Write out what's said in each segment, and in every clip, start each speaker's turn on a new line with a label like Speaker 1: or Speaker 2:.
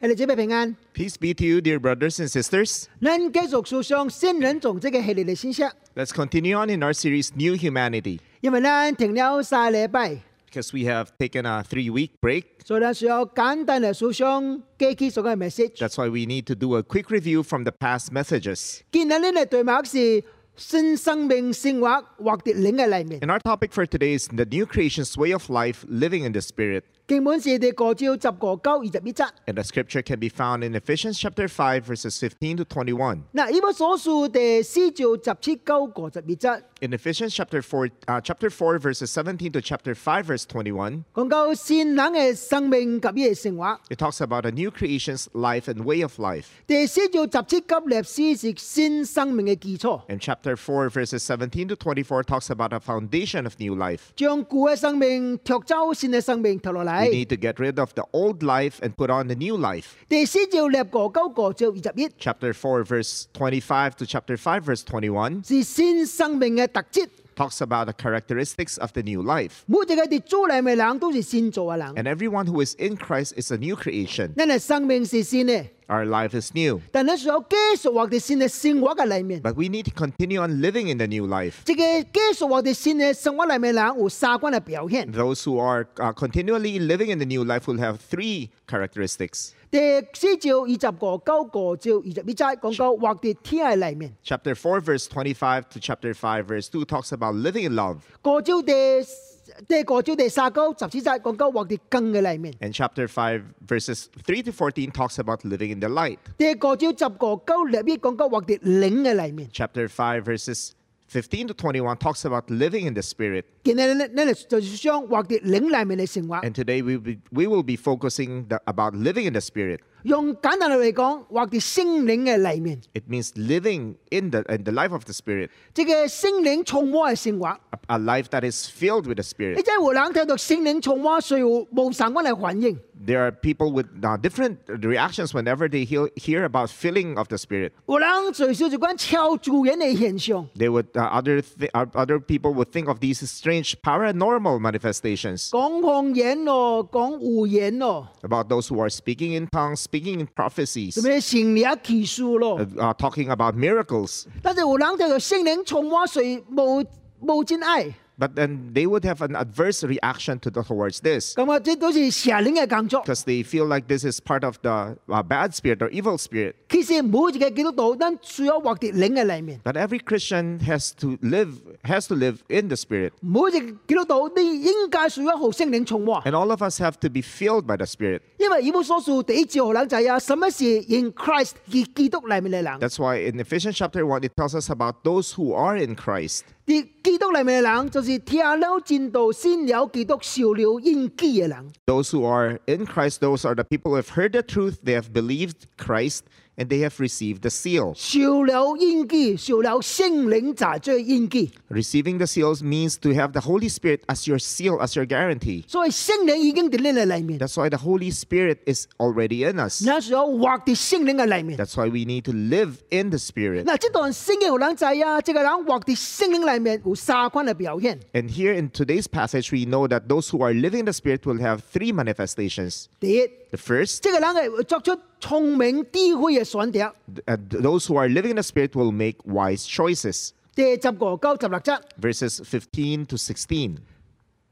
Speaker 1: 一哋姐妹平安，
Speaker 2: Peace be to you, dear brothers and sisters.
Speaker 1: 咱繼續數上新人種這個系列嘅信息，
Speaker 2: Let's continue on in our series, New Humanity,
Speaker 1: 因為咱停了三禮拜，
Speaker 2: because we have taken a three week break.
Speaker 1: 所以咱需要簡單嚟數上過去所講嘅 message。
Speaker 2: That's why we need to do a quick review from the past messages.
Speaker 1: 今日呢嘅題目是新生命生活或跌領嘅裏面，
Speaker 2: And our topic for today is the new creation's way of life, living in the Spirit.
Speaker 1: 經本是第個章十個九二十一則。
Speaker 2: And the scripture can be found in Ephesians chapter 5, verses 15 to 21.
Speaker 1: 嗱，呢本所述第四章十七九個十二則，
Speaker 2: In Ephesians chapter 4, uh, chapter 4, verses 17 to chapter 5, verse 21,
Speaker 1: 講到善人嘅生命及呢嘅生活。
Speaker 2: it talks about a new creation's life and way of life.
Speaker 1: 第四章十七級歷史是新生命嘅基礎，
Speaker 2: And chapter 4, verses 17 to 24 talks about a foundation of new life.
Speaker 1: 將古嘅生命拓走新嘅生命拓落
Speaker 2: We
Speaker 1: 嚟。
Speaker 2: need to get rid of the old life and put on the new life.
Speaker 1: 第四章立個九個章二十一
Speaker 2: Chapter 4, verse 25 to chapter 5, verse 21
Speaker 1: 是新生命嘅特質，
Speaker 2: talks about the characteristics of the new life.
Speaker 1: 每一個跌租嚟嘅人都是善做嘅人，
Speaker 2: And everyone who is in Christ is a new creation.
Speaker 1: 因為生命是善嘅，
Speaker 2: Our life is new.
Speaker 1: 但係想繼續活在善嘅生活嘅裏面。
Speaker 2: But we need to continue on living in the new life.
Speaker 1: 即係繼續活在善嘅生活裏面嘅人有三關嘅表現。
Speaker 2: Those who are uh, continually living in the new life will have three characteristics.
Speaker 1: 第四章二十個九個章二十一節講到活在天嘅裏面。
Speaker 2: Chapter 4, verse 25 to chapter 5, verse 2 talks about living in love.
Speaker 1: 過招第第過招第三九十四節講到活在更嘅裏面，
Speaker 2: And chapter 5, verses 3 to 14 talks about living in the light.
Speaker 1: 第過招十個九立一講到活在靈嘅裏面。
Speaker 2: Chapter 5, verses 15 to 21 talks about living in the spirit.
Speaker 1: 今日呢呢就想活在靈裏面嘅生活，
Speaker 2: And today we will be, we will be focusing the, about living in the spirit.
Speaker 1: 用簡單嚟講，活在聖靈嘅裏面，
Speaker 2: It means living in the, in the life of the spirit,
Speaker 1: 即係聖靈充滿嘅生活。
Speaker 2: a, a life that is filled with
Speaker 1: 你
Speaker 2: the spirit.
Speaker 1: 真係活冷睇到聖靈充滿，需要無神咁嚟反應。
Speaker 2: There are people with uh, different reactions whenever they hear, hear about filling of the spirit.
Speaker 1: 活冷最少就講超自然嘅現象。
Speaker 2: They would uh, other th- uh, other people would think of these strange paranormal manifestations.
Speaker 1: 講方言咯，講胡言咯，
Speaker 2: about those who are speaking in tongues, speaking in
Speaker 1: 特
Speaker 2: prophecies,
Speaker 1: 別成立奇數咯
Speaker 2: uh,。uh, talking about miracles.
Speaker 1: 但是有人就聖靈充滿誰無無真愛，
Speaker 2: But then they would have an adverse reaction to the, towards this
Speaker 1: 咁啊，這都是邪靈嘅工作。
Speaker 2: because they feel like this is part of the uh, bad spirit or evil spirit.
Speaker 1: 其實每一個基督徒，咱需要活在靈嘅裏面。
Speaker 2: But every Christian has to live has to live in the spirit,
Speaker 1: 每一個基督徒，你應該需要好聖靈充滿，
Speaker 2: and all of us have to be filled by the spirit.
Speaker 1: 因為以弗所書第一節可能就係啊，什麼是 in Christ 係基督裏面嘅人，
Speaker 2: That's why in Ephesians chapter one it tells us about those who are in Christ.
Speaker 1: 啲基督裏面嘅人就是聽了正道，先了基督，受了應基嘅人。
Speaker 2: Those who are in Christ, those are the people who have heard the truth, they have believed Christ, and they have received the seal.
Speaker 1: 受了應基，受了聖靈才最應基，
Speaker 2: Receiving the seals means to have the Holy Spirit as your seal, as your guarantee.
Speaker 1: 所以聖靈已經在你嘅裏面，
Speaker 2: That's why the Holy Spirit is already in us.
Speaker 1: 那時候活在聖靈嘅裏面。
Speaker 2: That's why we need to live in the Spirit.
Speaker 1: 嗱，即段聖經有人仔啊，即個人活在聖靈裏面有三款嘅表現。
Speaker 2: And here in today's passage, we know that those who are living in the Spirit will have three manifestations.
Speaker 1: 第一，
Speaker 2: The first,
Speaker 1: 即個人係作出聰明智慧嘅選擇。
Speaker 2: th- uh, those who are living in the Spirit will make wise choices.
Speaker 1: 第十個九十六則，
Speaker 2: Verses 15 to 16.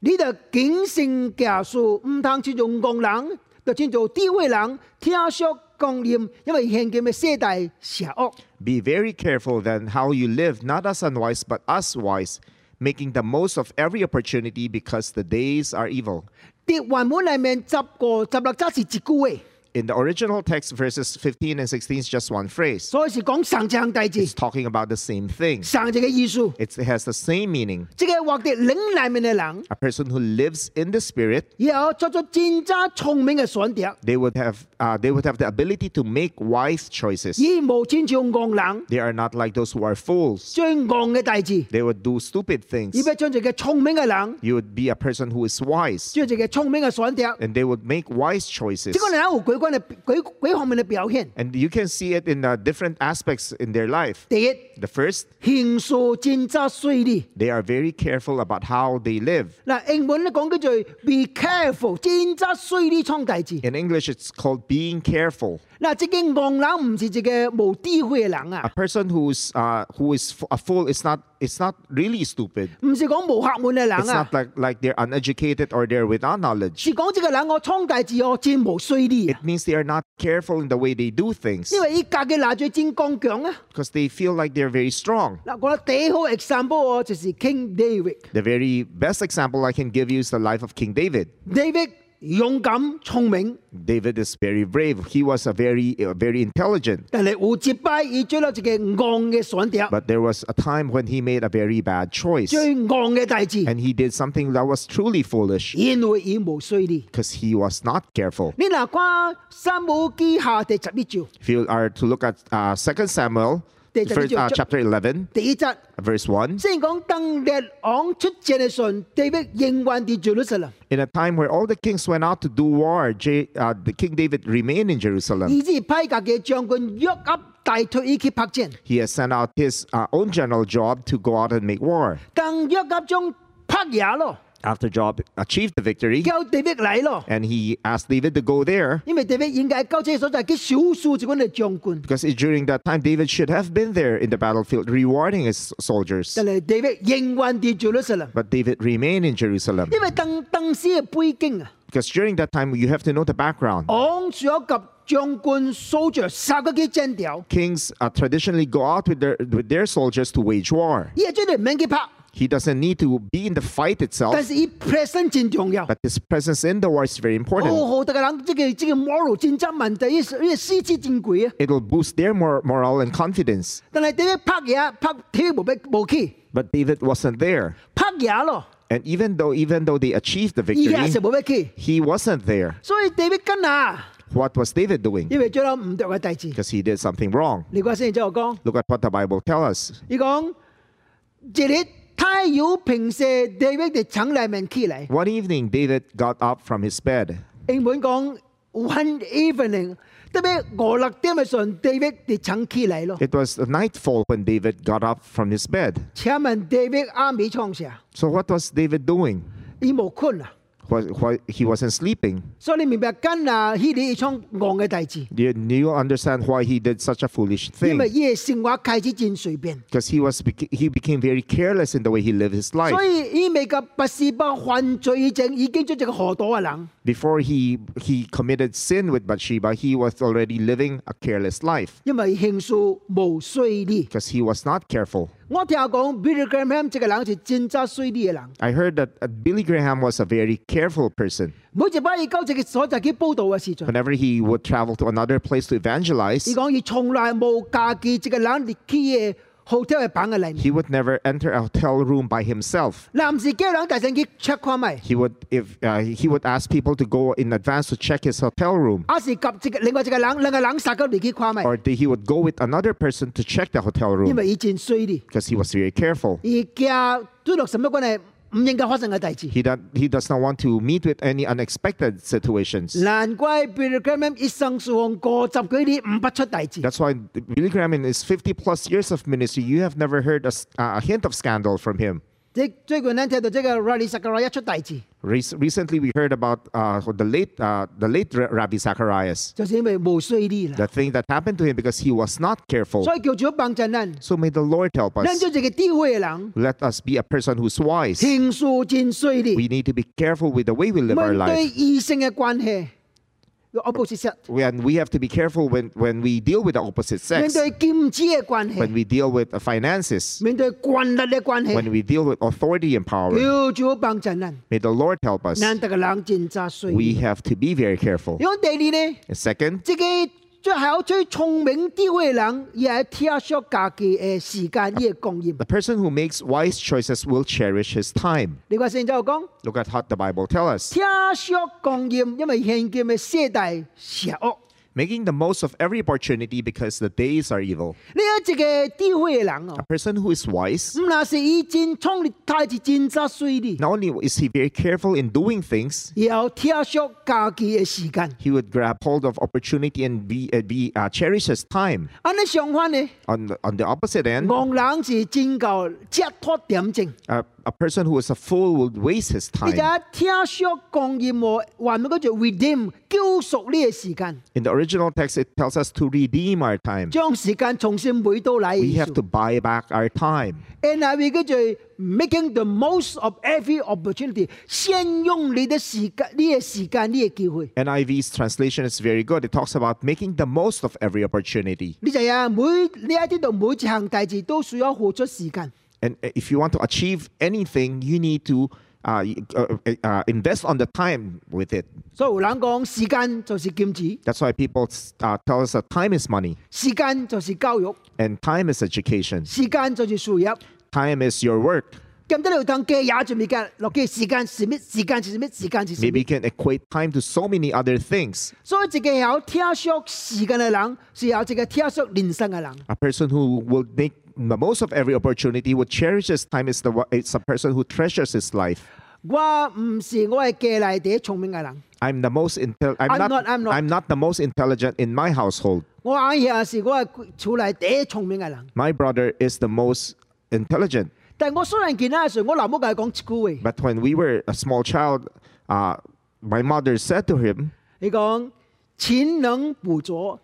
Speaker 1: 你就警醒行事，唔通似用工人，就算做智慧人，聽說講念，因為現今嘅世代邪惡。
Speaker 2: Be very careful then how you live, not as unwise, but as wise, making the most of every opportunity because the days are evil.
Speaker 1: 啲原本裏面十個十六則是一句話，
Speaker 2: In the original text, verses 15 and 16 is just one phrase.
Speaker 1: 所以是講上正代志
Speaker 2: It's，talking about the same thing.
Speaker 1: 上正嘅意思。
Speaker 2: It's, it has the same meaning.
Speaker 1: 即個活在靈裏面嘅人，
Speaker 2: A person who lives in the Spirit,
Speaker 1: 然後作出真正聰明嘅選擇。
Speaker 2: they would have uh, they would have the ability to make wise choices.
Speaker 1: 以無錢像戇人
Speaker 2: They are not like those who are fools.
Speaker 1: 最戇嘅大字，
Speaker 2: They would do stupid things.
Speaker 1: 以俾將自己聰明嘅人，
Speaker 2: You would be a person who is wise,
Speaker 1: 將自己聰明嘅選擇。
Speaker 2: and they would make wise choices.
Speaker 1: 呢個人有鬼關嘅幾幾方面嘅表現。
Speaker 2: And you can see it in uh, different aspects in their life.
Speaker 1: 第一，
Speaker 2: The first,
Speaker 1: 行事盡責水利。
Speaker 2: they are very careful about how they live.
Speaker 1: 嗱，英文咧講叫做 be careful，盡責水利創大字。
Speaker 2: In English, it's called being careful.
Speaker 1: 嗱，即嘅戇人唔是一個無智慧嘅人
Speaker 2: A
Speaker 1: 啊，
Speaker 2: person who's uh, who is f- a fool is not it's not really stupid.
Speaker 1: 唔是講無學問嘅人
Speaker 2: It's
Speaker 1: 啊
Speaker 2: not，like like they're uneducated or they're without knowledge.
Speaker 1: 是講呢個人哦我創大字我真無水利啊
Speaker 2: It means they are not careful in the way they do things
Speaker 1: 因為依家嘅拿住真剛強啊。
Speaker 2: because they feel like they're very strong.
Speaker 1: 嗱，我覺得第好 example 哦就是 King David。
Speaker 2: The very best example I can give you is the life of King David.
Speaker 1: David 勇敢聰明，
Speaker 2: David is very brave. He was a very uh, very intelligent.
Speaker 1: 但係有一擺佢做咗一個戇嘅選擇，
Speaker 2: But there was a time when he made a very bad choice.
Speaker 1: 最戇嘅大事，
Speaker 2: And he did something that was truly foolish
Speaker 1: 因為佢無水利。
Speaker 2: because he was not careful.
Speaker 1: 你嗱看《三母記下》第十一章
Speaker 2: If you are to look at uh, 2 Samuel
Speaker 1: They-
Speaker 2: first, uh,
Speaker 1: they-
Speaker 2: chapter 11,
Speaker 1: 第一節，
Speaker 2: verse 1,
Speaker 1: 先講登列王出戰嘅時候，David 仍然在耶路撒冷，
Speaker 2: in a time where all the kings went out to do war, J- uh, the King David remained in Jerusalem.
Speaker 1: 以至派格嘅將軍約押帶退佢去拍戰。
Speaker 2: He has sent out his uh, own general Job to go out and make war.
Speaker 1: 但約押將拍贏咯，
Speaker 2: After Job achieved the victory,
Speaker 1: 叫 David 嚟咯，
Speaker 2: and he asked David to go there
Speaker 1: 因為 David 應該交車所在，佢少數一個嘅將軍，
Speaker 2: because it- during that time David should have been there in the battlefield rewarding his soldiers.
Speaker 1: 但係 David 仍然在耶路撒冷。
Speaker 2: But David remained in Jerusalem
Speaker 1: 因為鄧鄧氏嘅背景啊，
Speaker 2: because during that time you have to know the background.
Speaker 1: 昂住及將軍掃着殺嗰幾陣掉，
Speaker 2: Kings uh, traditionally go out with their with their soldiers to wage war.
Speaker 1: 依係最嚟唔明嘅拍，
Speaker 2: He doesn't need to be in the fight
Speaker 1: 但
Speaker 2: itself,
Speaker 1: 是依 present 戰重要。
Speaker 2: but his presence in the war is very
Speaker 1: 好
Speaker 2: important.
Speaker 1: 哦好大家諗，即係即係 moral 戰爭問題，依依獅子戰鬼啊！
Speaker 2: It'll boost their mor- morale and confidence.
Speaker 1: 但係點解拍嘢啊拍睇無俾無去，
Speaker 2: But David wasn't there,
Speaker 1: 拍嘢咯，
Speaker 2: and even though even though they achieved the
Speaker 1: 依家
Speaker 2: victory,
Speaker 1: 是無俾去，
Speaker 2: he wasn't there.
Speaker 1: 所以 David 跟啊，
Speaker 2: What was David doing?
Speaker 1: 因為做咗唔對嘅弟子。
Speaker 2: Because he did something wrong.
Speaker 1: 你講先，之後講，
Speaker 2: Look at what the Bible tells us.
Speaker 1: 你講這日太陽平射，David 就請嚟面起嚟。
Speaker 2: One evening, David got up from his bed
Speaker 1: 英文講 one evening，特別五六點嘅時候，David 哋請起嚟咯。
Speaker 2: It was nightfall when David got up from his bed.
Speaker 1: 請問 David 啱未創啥？
Speaker 2: So what was David doing?
Speaker 1: 啊伊無困啊，
Speaker 2: Was, wa- he wasn't sleeping.
Speaker 1: 所以你明白跟啊希利創戇嘅大志，
Speaker 2: You, you understand why he did such a foolish
Speaker 1: 因為
Speaker 2: thing.
Speaker 1: 伊嘅生活開始真隨便，
Speaker 2: Because he was bec- he became very careless in the way he lived his life.
Speaker 1: 所以伊未及八十八犯罪以前已經做一個河道嘅人。
Speaker 2: Before he he committed sin with Bathsheba, he was already living a careless life
Speaker 1: 因為行事無水利，
Speaker 2: because he was not careful.
Speaker 1: 我聽講 Billy Graham 即個人是真扎水利嘅人，
Speaker 2: I heard that uh, Billy Graham was a very careful person.
Speaker 1: 每一擺伊到一個所在去報道嘅時陣，
Speaker 2: Whenever he would travel to another place to
Speaker 1: 伊
Speaker 2: evangelize,
Speaker 1: 講伊從來冇家己一個人入去嘅 hotel 嘅房嘅裏面。
Speaker 2: he would never enter a hotel room by himself.
Speaker 1: 男士叫人大聲去 check 看咪，
Speaker 2: he would if uh, he would ask people to go in advance to check his hotel room
Speaker 1: 還是及一個另外一個人，兩個人殺到入去看咪，
Speaker 2: or th- he would go with another person to check the hotel
Speaker 1: 因
Speaker 2: room
Speaker 1: 為伊真衰哩，
Speaker 2: because he was very careful
Speaker 1: 伊驚對落什麼關係唔應該發生嘅大事。
Speaker 2: he, do- he does not want to meet with any unexpected situations
Speaker 1: 難怪 Bill Graham 一生侍奉過十幾年唔不出大事，
Speaker 2: that's why Billy Graham in his 50 plus years of ministry you have never heard a, s- uh, a hint of scandal from him
Speaker 1: 即最近咱聽到這個 Riley s a k a r a 一出大事，
Speaker 2: Re- recently we heard about uh, the late uh, the late Ra- Rabbi Zacharias
Speaker 1: 就是因為無衰哩啦
Speaker 2: the。thing that happened to him because he was not careful
Speaker 1: 所以叫做幫襯咱，
Speaker 2: so may the Lord help
Speaker 1: 咱
Speaker 2: us
Speaker 1: 做一個智慧嘅人，
Speaker 2: let us be a person who's wise
Speaker 1: 情緒真衰哩，
Speaker 2: we need to be careful with the way we live our
Speaker 1: 面
Speaker 2: life
Speaker 1: 對異性嘅關係，我不是實，
Speaker 2: when we have to be careful when, when we deal with the opposite
Speaker 1: 面
Speaker 2: sex,
Speaker 1: 對金錢嘅關係，
Speaker 2: when we deal with the finances,
Speaker 1: 面對權力嘅關係
Speaker 2: when。we deal with authority and power.
Speaker 1: 要主幫助咱，
Speaker 2: May the Lord help us.
Speaker 1: 咱得個冷靜扎水。
Speaker 2: We have to be very careful.
Speaker 1: 如果第二呢，
Speaker 2: And second,
Speaker 1: 自己最後最聰明智慧嘅人，也係聽說家己嘅時間伊嘅供應。
Speaker 2: the person who makes wise choices will cherish his time.
Speaker 1: 你話聖就講
Speaker 2: Look at what the Bible tells us.
Speaker 1: 聽說供應，因為現今嘅世代邪惡，
Speaker 2: making the most of every opportunity because the days are evil.
Speaker 1: 你有一个智慧嘅人哦
Speaker 2: A，person who is wise,
Speaker 1: 唔那是伊真创立代志真扎水哩，
Speaker 2: not only is he very careful in doing things,
Speaker 1: 也要疼惜家己嘅时间。
Speaker 2: he would grab hold of opportunity and be, uh, be uh, cherish his time.
Speaker 1: 安尼相反呢，
Speaker 2: On the, on the opposite end,
Speaker 1: 戆人是真够只拖点钟，
Speaker 2: a, a person who is a fool would waste his
Speaker 1: 而且
Speaker 2: time.
Speaker 1: 疼惜公义和原本嗰就 redeem 救赎你嘅时间，
Speaker 2: In the original text, it tells us to redeem our time.
Speaker 1: 将时间重新回到嚟。
Speaker 2: We have to buy back our time.
Speaker 1: And I will get you making the most of every opportunity，先用你的时间、你嘅時間、你嘅機會。
Speaker 2: NIV's translation is very good. It talks about making the most of every opportunity.
Speaker 1: 你就啊，每你喺呢度每一項大事都需要付出時間。
Speaker 2: And uh, if you want to achieve anything, you need to uh, uh, uh, invest on the time with it.
Speaker 1: 所以有人講時間就是金錢，
Speaker 2: That's why people uh, tell us that time is money,
Speaker 1: 時間就是教育，
Speaker 2: and time is education,
Speaker 1: 時間就是收入。
Speaker 2: time is your work.
Speaker 1: 咁得你當嘅也就未嘅，落嘅時間是咩？時間是咩？時間是咩
Speaker 2: Maybe？you can equate time to so many other things.
Speaker 1: 所以一個有聽惜時間嘅人，是有一個聽惜人生嘅人。
Speaker 2: A person who will make the most of every opportunity, who cherishes time, is the one- it's a person who treasures his life.
Speaker 1: 我唔是我係家內第一聰明嘅人，
Speaker 2: I'm the most intel- I'm,
Speaker 1: I'm
Speaker 2: not,
Speaker 1: not- I'm not.
Speaker 2: I'm not the most intelligent in my household.
Speaker 1: 我阿爺是我係厝內第一聰明嘅人。
Speaker 2: My brother is the most intelligent.
Speaker 1: 但我雖然見到嘅時候，我老母同佢講一句話，
Speaker 2: But when we were a small child, uh, my mother said to him,
Speaker 1: 你講錢能補咗，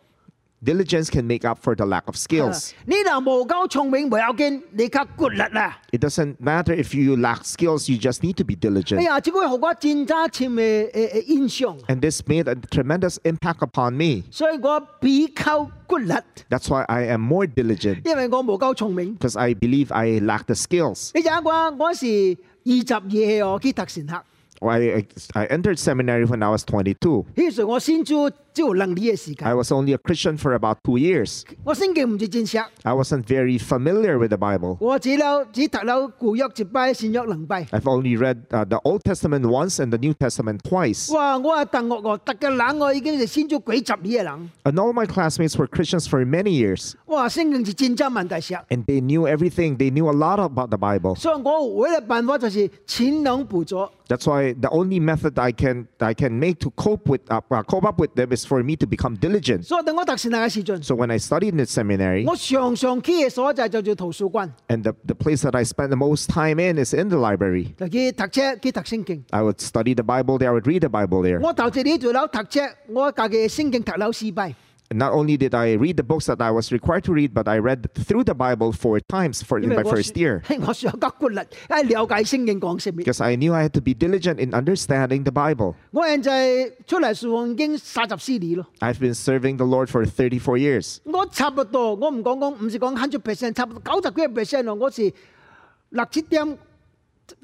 Speaker 2: Diligence can make up for the lack of skills.
Speaker 1: 啊你若無夠聰明唔要緊，你較骨力啦。
Speaker 2: It doesn't matter if you lack skills, you just need to be
Speaker 1: 哎
Speaker 2: diligent.
Speaker 1: 呀，即句話我真真深嘅誒誒印象，
Speaker 2: And this made a tremendous impact upon me.
Speaker 1: 所以我比較骨力，
Speaker 2: That's why I am more diligent,
Speaker 1: 因為我無夠聰明。
Speaker 2: because I believe I lack the skills.
Speaker 1: 你知影我我是二十二歲哦去讀神學，
Speaker 2: I, I entered seminary when I was 22.
Speaker 1: 迄時候我先做只有兩年嘅時
Speaker 2: I
Speaker 1: 間，
Speaker 2: was only a Christian for about two years.
Speaker 1: 我聖經唔是真實，
Speaker 2: I wasn't very familiar with the Bible.
Speaker 1: 我只了只讀了舊約一擺，新約兩擺。
Speaker 2: I've only read uh, the Old Testament once and the New Testament twice.
Speaker 1: 哇！我係鄧學娥，特嘅人哦我已經係先做幾十年嘅人。
Speaker 2: And all my classmates were Christians for many years,
Speaker 1: 哇！聖經是真正問題石，
Speaker 2: and they knew everything. They knew a lot about the Bible.
Speaker 1: 啊所以我唯一嘅辦法就是錢能補咗，
Speaker 2: That's why the only method I can I can make to cope with uh, uh, cope up with them is for me to become diligent.
Speaker 1: 所以等我特神那嘅時陣，
Speaker 2: So when I studied in the seminary,
Speaker 1: 我常常去嘅所在就做圖書館，
Speaker 2: and the, the place that I spent the most time in is in the library.
Speaker 1: 就去讀冊，去讀聖經。
Speaker 2: I would study the Bible there. I would read the Bible there.
Speaker 1: 我頭一年做樓讀冊，我家嘅聖經讀樓四拜，
Speaker 2: And not only did I read the books that I was required to read, but I read through the Bible four times for in
Speaker 1: 因為
Speaker 2: my
Speaker 1: 我
Speaker 2: first year
Speaker 1: 因 為我想急骨力，係了解聖經講什麼。
Speaker 2: because I knew I had to be diligent in understanding the Bible.
Speaker 1: 我現在出嚟侍奉已經三十四年咯，
Speaker 2: I've been serving the Lord for 34 years.
Speaker 1: 我差不多，我唔講講，唔是講 hundred percent，差不多九十幾 percent 咯。我是六七點，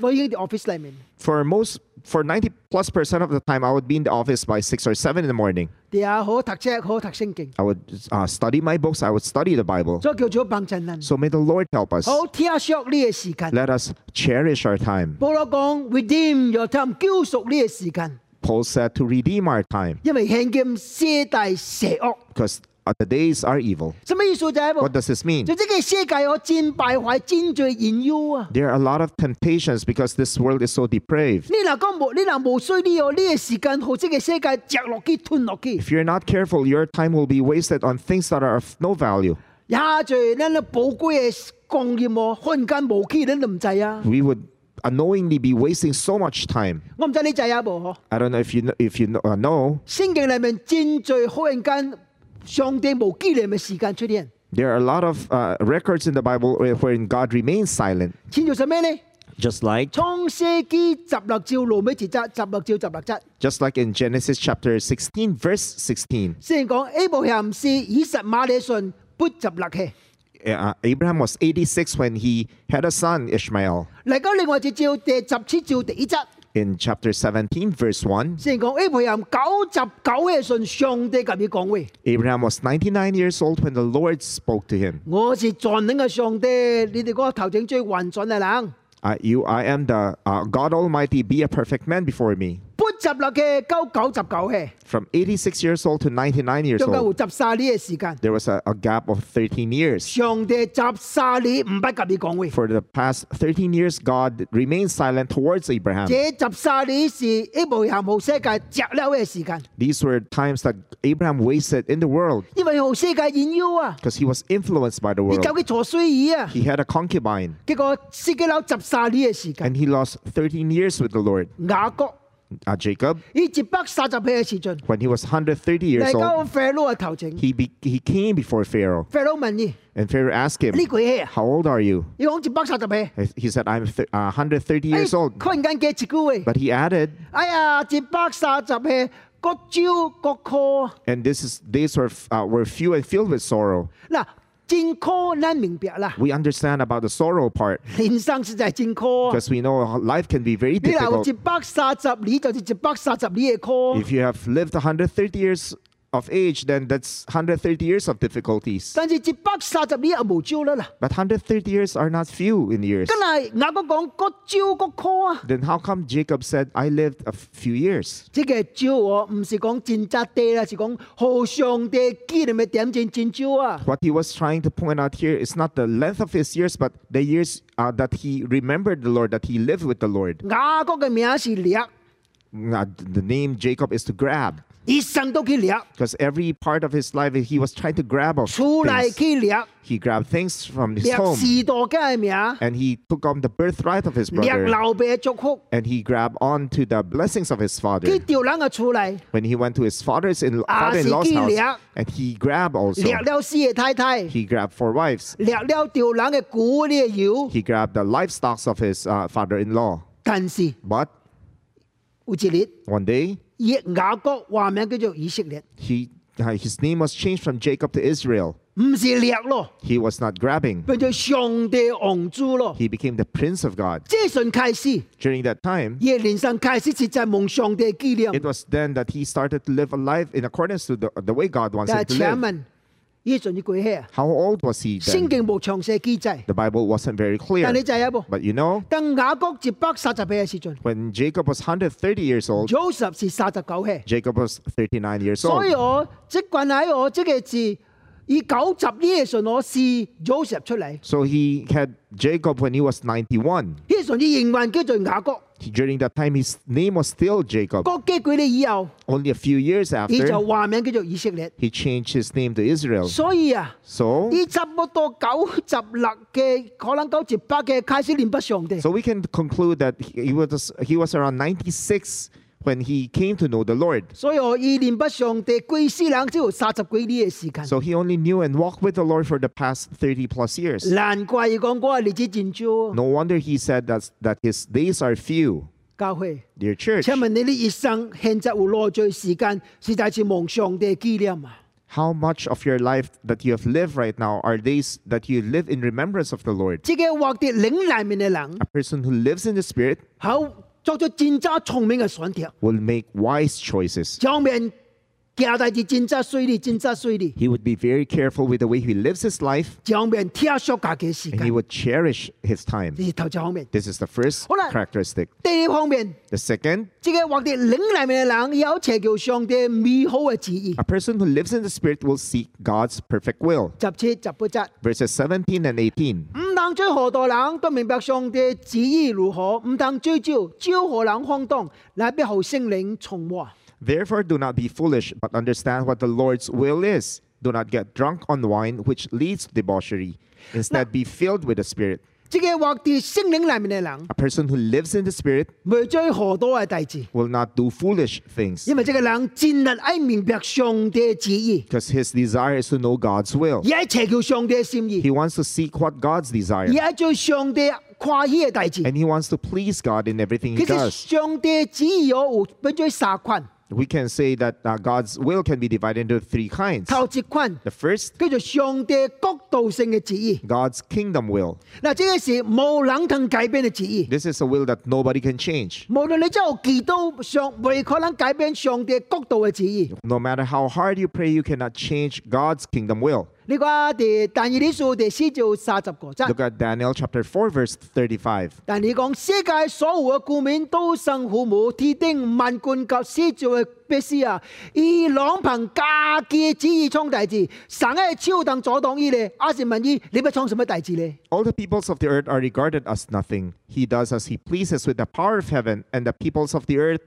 Speaker 1: 我已經喺 office 裏面。
Speaker 2: For most, for 90 plus percent of the time, I would be in the office by 6 or 7 in the morning.
Speaker 1: 地下啊好讀冊，好讀聖經，
Speaker 2: I would uh, study my books, I would study the Bible.
Speaker 1: 所以叫做幫襯人。
Speaker 2: So may the Lord help us.
Speaker 1: 好聽惜呢個時間。
Speaker 2: Let us cherish our time.
Speaker 1: 保羅講 redeem your time，救贖呢個時間，
Speaker 2: Paul said to redeem our time
Speaker 1: 因為現今世代邪惡。
Speaker 2: because uh, the days are evil.
Speaker 1: 什麼意思就係無
Speaker 2: What？does this mean?
Speaker 1: 就即個世界有戰敗壞、戰罪引誘啊！
Speaker 2: There are a lot of temptations because this world is so depraved.
Speaker 1: 你若講無，你若無需呢個呢個時間，好即個世界嚼落去、吞落去，
Speaker 2: If you're not careful, your time will be wasted on things that are of no value.
Speaker 1: 也就咱嘅寶貴嘅工業哦，看間無期，你都唔知啊！
Speaker 2: We would unknowingly be wasting so much time.
Speaker 1: 我唔知你知啊無？嗬
Speaker 2: I don't know if you know, if you know, uh, know
Speaker 1: 聖經裏面戰罪忽然間上帝無紀念嘅時間出現。
Speaker 2: There are a lot of uh, records in the Bible where- wherein God remains silent.
Speaker 1: 前做什咩呢？
Speaker 2: Just like?
Speaker 1: 創世記十六章路尾一節，十六章十六節，
Speaker 2: Just like in Genesis chapter 16, verse 16.
Speaker 1: 先講 A 部咸是以實馬利信不十六氣。
Speaker 2: Uh, Abraham was 86 when he had a son, Ishmael.
Speaker 1: 嚟講另外一招第十七招第一節，
Speaker 2: In chapter 17, verse 1,
Speaker 1: 先講 A 部咸九十九嘅信上帝及佢講話：
Speaker 2: Abraham was 99 years old when the Lord spoke to him.
Speaker 1: 我是全能嘅上帝，你哋嗰個頭頂最混準嘅人，
Speaker 2: I, you, I am the uh, God Almighty, be a perfect man before me.
Speaker 1: 不十六嘅到九十九嘅，
Speaker 2: From 86 years old to 99 years
Speaker 1: 中間
Speaker 2: old,
Speaker 1: 有十三年嘅時間。
Speaker 2: there was a, a gap of 13 years.
Speaker 1: 上帝十三年唔不及你講話。
Speaker 2: For the past 13 years, God remained silent towards Abraham.
Speaker 1: 這十三年是一無行無世界直溜嘅時間，
Speaker 2: These were times that Abraham wasted in the world
Speaker 1: 因為無世界引誘啊，
Speaker 2: because he was influenced by the
Speaker 1: 你
Speaker 2: world.
Speaker 1: 走去坐衰椅啊，
Speaker 2: He had a concubine
Speaker 1: 結果司機樓十三年嘅時間。
Speaker 2: and he lost 13 years with the Lord.
Speaker 1: 雅各，
Speaker 2: Uh, Jacob,
Speaker 1: 以一百三十歲嘅時盡，
Speaker 2: when he was 130
Speaker 1: 嚟
Speaker 2: years
Speaker 1: 到
Speaker 2: old,
Speaker 1: 肥佬嘅頭前，
Speaker 2: he, be- he came before Pharaoh
Speaker 1: 肥佬問你：
Speaker 2: and Pharaoh asked him,
Speaker 1: 呢句戲啊，
Speaker 2: How old are you?
Speaker 1: 你講一百三十歲，
Speaker 2: He said, I'm th- uh, 130 years
Speaker 1: 哎
Speaker 2: old.
Speaker 1: 忽然間嘅一句話，
Speaker 2: But he added,
Speaker 1: 哎呀，一百三十歲，各招各科。
Speaker 2: and this is days were, f- uh, were few and filled with sorrow.
Speaker 1: 嗱，正科咱明白啦，
Speaker 2: We understand about the sorrow part
Speaker 1: 人生實在係正科。啊
Speaker 2: because we know how life can be very
Speaker 1: 你留
Speaker 2: difficult.
Speaker 1: 一百三十年就是一百三十年嘅科，
Speaker 2: If you have lived 130 years of age, then that's 130 years of difficulties.
Speaker 1: 但是一百三十年又無招啦嗱。
Speaker 2: But 130 years are not few in years.
Speaker 1: 跟係雅各講各招各科啊，
Speaker 2: Then how come Jacob said, I lived a few years?
Speaker 1: 即係招我唔是講戰爭地啦，是講好上帝紀念嘅點戰戰招啊。
Speaker 2: What he was trying to point out here is not the length of his years, but the years uh, that he remembered the Lord, that he lived with the Lord.
Speaker 1: 雅各嘅名是掠，
Speaker 2: Uh, the name Jacob is to grab.
Speaker 1: 一生都去掠，
Speaker 2: Because every part of his life, he was trying to grab of
Speaker 1: 出嚟
Speaker 2: things.
Speaker 1: 去掠，
Speaker 2: He grabbed things from his
Speaker 1: 掠
Speaker 2: home,
Speaker 1: 士多嘅名，
Speaker 2: and he took on the birthright of his
Speaker 1: 掠
Speaker 2: brother,
Speaker 1: 流鼻祝福，
Speaker 2: and he grabbed on to the blessings of his father.
Speaker 1: 佢掉人嘅出嚟，
Speaker 2: When he went to his father's in
Speaker 1: Ah,
Speaker 2: father-in-law's
Speaker 1: sige,
Speaker 2: house,
Speaker 1: liyak.
Speaker 2: and he grabbed also.
Speaker 1: 掠了死嘅太太，
Speaker 2: He grabbed four wives.
Speaker 1: 掠了掉人嘅股呢個腰，
Speaker 2: He grabbed the livestock of his uh, father-in-law.
Speaker 1: 但是
Speaker 2: But
Speaker 1: 有一日。
Speaker 2: one day,
Speaker 1: 以雅各話名叫做以色列，
Speaker 2: he uh, his name was changed from Jacob to Israel.
Speaker 1: 唔是掠咯，
Speaker 2: He was not grabbing.
Speaker 1: 變做上帝王子咯。
Speaker 2: He became the prince of God.
Speaker 1: 即係從開始，
Speaker 2: During that time,
Speaker 1: 耶連生開始實在蒙上帝紀念
Speaker 2: it。was then that he started to live a life in accordance to the, the way God wants
Speaker 1: 但
Speaker 2: him
Speaker 1: 係
Speaker 2: to
Speaker 1: 請
Speaker 2: live.
Speaker 1: 問，呢陣要句咩？
Speaker 2: How old was he
Speaker 1: 聖
Speaker 2: then?
Speaker 1: 經冇詳細記載，
Speaker 2: The Bible wasn't very
Speaker 1: 但
Speaker 2: clear.
Speaker 1: 你就係一部。
Speaker 2: But you know,
Speaker 1: 當雅各接北三十歲嘅時陣
Speaker 2: when Jacob was 130 years old,
Speaker 1: ，Joseph 是三十九歲，
Speaker 2: Jacob was 39 years
Speaker 1: 所以
Speaker 2: old.
Speaker 1: 我即管喺我即個字，以九十呢嘅時候我試 Joseph 出嚟，呢
Speaker 2: So he had Jacob when he was 91.
Speaker 1: 陣啲仍然叫做雅各。
Speaker 2: He- during that time, his name was still Jacob.
Speaker 1: 過幾句你以後，
Speaker 2: Only a few years
Speaker 1: 你
Speaker 2: after,
Speaker 1: 就話名叫做以色列。
Speaker 2: he changed his name to Israel.
Speaker 1: 所以啊。
Speaker 2: So,
Speaker 1: 呢差不多九十六嘅，可能九十八嘅開始念不上帝。
Speaker 2: so we can conclude that he was he was around 96 when he came to know the Lord.
Speaker 1: 所以我意念不上帝，貴斯冷只有三十幾年嘅時間。
Speaker 2: So he only knew and walked with the Lord for the past 30 plus years.
Speaker 1: 難怪要講嗰個日子啊戰招
Speaker 2: No wonder he said that that his days are few,
Speaker 1: 教會。
Speaker 2: dear church.
Speaker 1: 請問你啲一生現在有內在時間，是大致望上帝紀念啊？
Speaker 2: How much of your life that you have lived right now are days that you live in remembrance of the Lord?
Speaker 1: 自己或者嶺南面嘅人，
Speaker 2: A person who lives in the Spirit
Speaker 1: 好作出戰爭聰明嘅選擇，
Speaker 2: will make wise choices.
Speaker 1: 上面加大啲戰爭衰劣，戰爭衰劣，
Speaker 2: He would be very careful with the way he lives his life
Speaker 1: 上面聽說家嘅時
Speaker 2: and he
Speaker 1: 間，
Speaker 2: would cherish his time.
Speaker 1: 呢頭就方面。
Speaker 2: This is the first
Speaker 1: Hola.
Speaker 2: characteristic.
Speaker 1: 第二方面。
Speaker 2: The second,
Speaker 1: 即係或者領裏面嘅人有邪求上帝美好嘅旨意。
Speaker 2: a person who lives in the Spirit will seek God's perfect will.
Speaker 1: 十七、十八節，
Speaker 2: Verses 17 and 18.
Speaker 1: 唔能追何道人都明白上帝旨意如何，唔能追照招何人荒當，乃必後聖靈從和。
Speaker 2: Therefore, do not be foolish, but understand what the Lord's will is. Do not get drunk on wine, which leads to debauchery. Instead, be filled with the Spirit.
Speaker 1: 即係或者聖靈裏面嘅人
Speaker 2: A person who lives in the Spirit
Speaker 1: 未追何道嘅弟子，
Speaker 2: will not do foolish things
Speaker 1: 因為即個人戰日喺明白上帝嘅旨意，
Speaker 2: because his desire is to know God's will.
Speaker 1: 而喺邪求上帝嘅善
Speaker 2: He
Speaker 1: 意，
Speaker 2: wants to seek what God's
Speaker 1: 而
Speaker 2: desire,
Speaker 1: 喺追上帝跨喜嘅弟子。
Speaker 2: and he wants to please God in everything he
Speaker 1: 其實
Speaker 2: does.
Speaker 1: 上帝嘅旨意有有變咗三群，
Speaker 2: We can say that uh, God's will can be divided into three kinds.
Speaker 1: 頭一群
Speaker 2: The first,
Speaker 1: 叫做上帝國度性嘅旨意。
Speaker 2: God's kingdom will.
Speaker 1: 嗱，呢個是冇能能改變嘅旨意。
Speaker 2: This is a will that nobody can change.
Speaker 1: 無論你真係祈禱上，未可能改變上帝國度嘅旨意。
Speaker 2: No matter how hard you pray, you cannot change God's kingdom will.
Speaker 1: 你看第但以理書第四章三十個節，
Speaker 2: Look at Daniel chapter 4, verse 35.
Speaker 1: 但你講世界所有嘅顧面都生父母，鐵定萬貫及施造嘅必施啊！以朗憑假嘅旨意創大字，神喺超等阻擋伊咧，阿是問伊：你要創什麼大字咧？
Speaker 2: All the peoples of the earth are regarded as nothing. He does as he pleases with the power of heaven and the peoples of the earth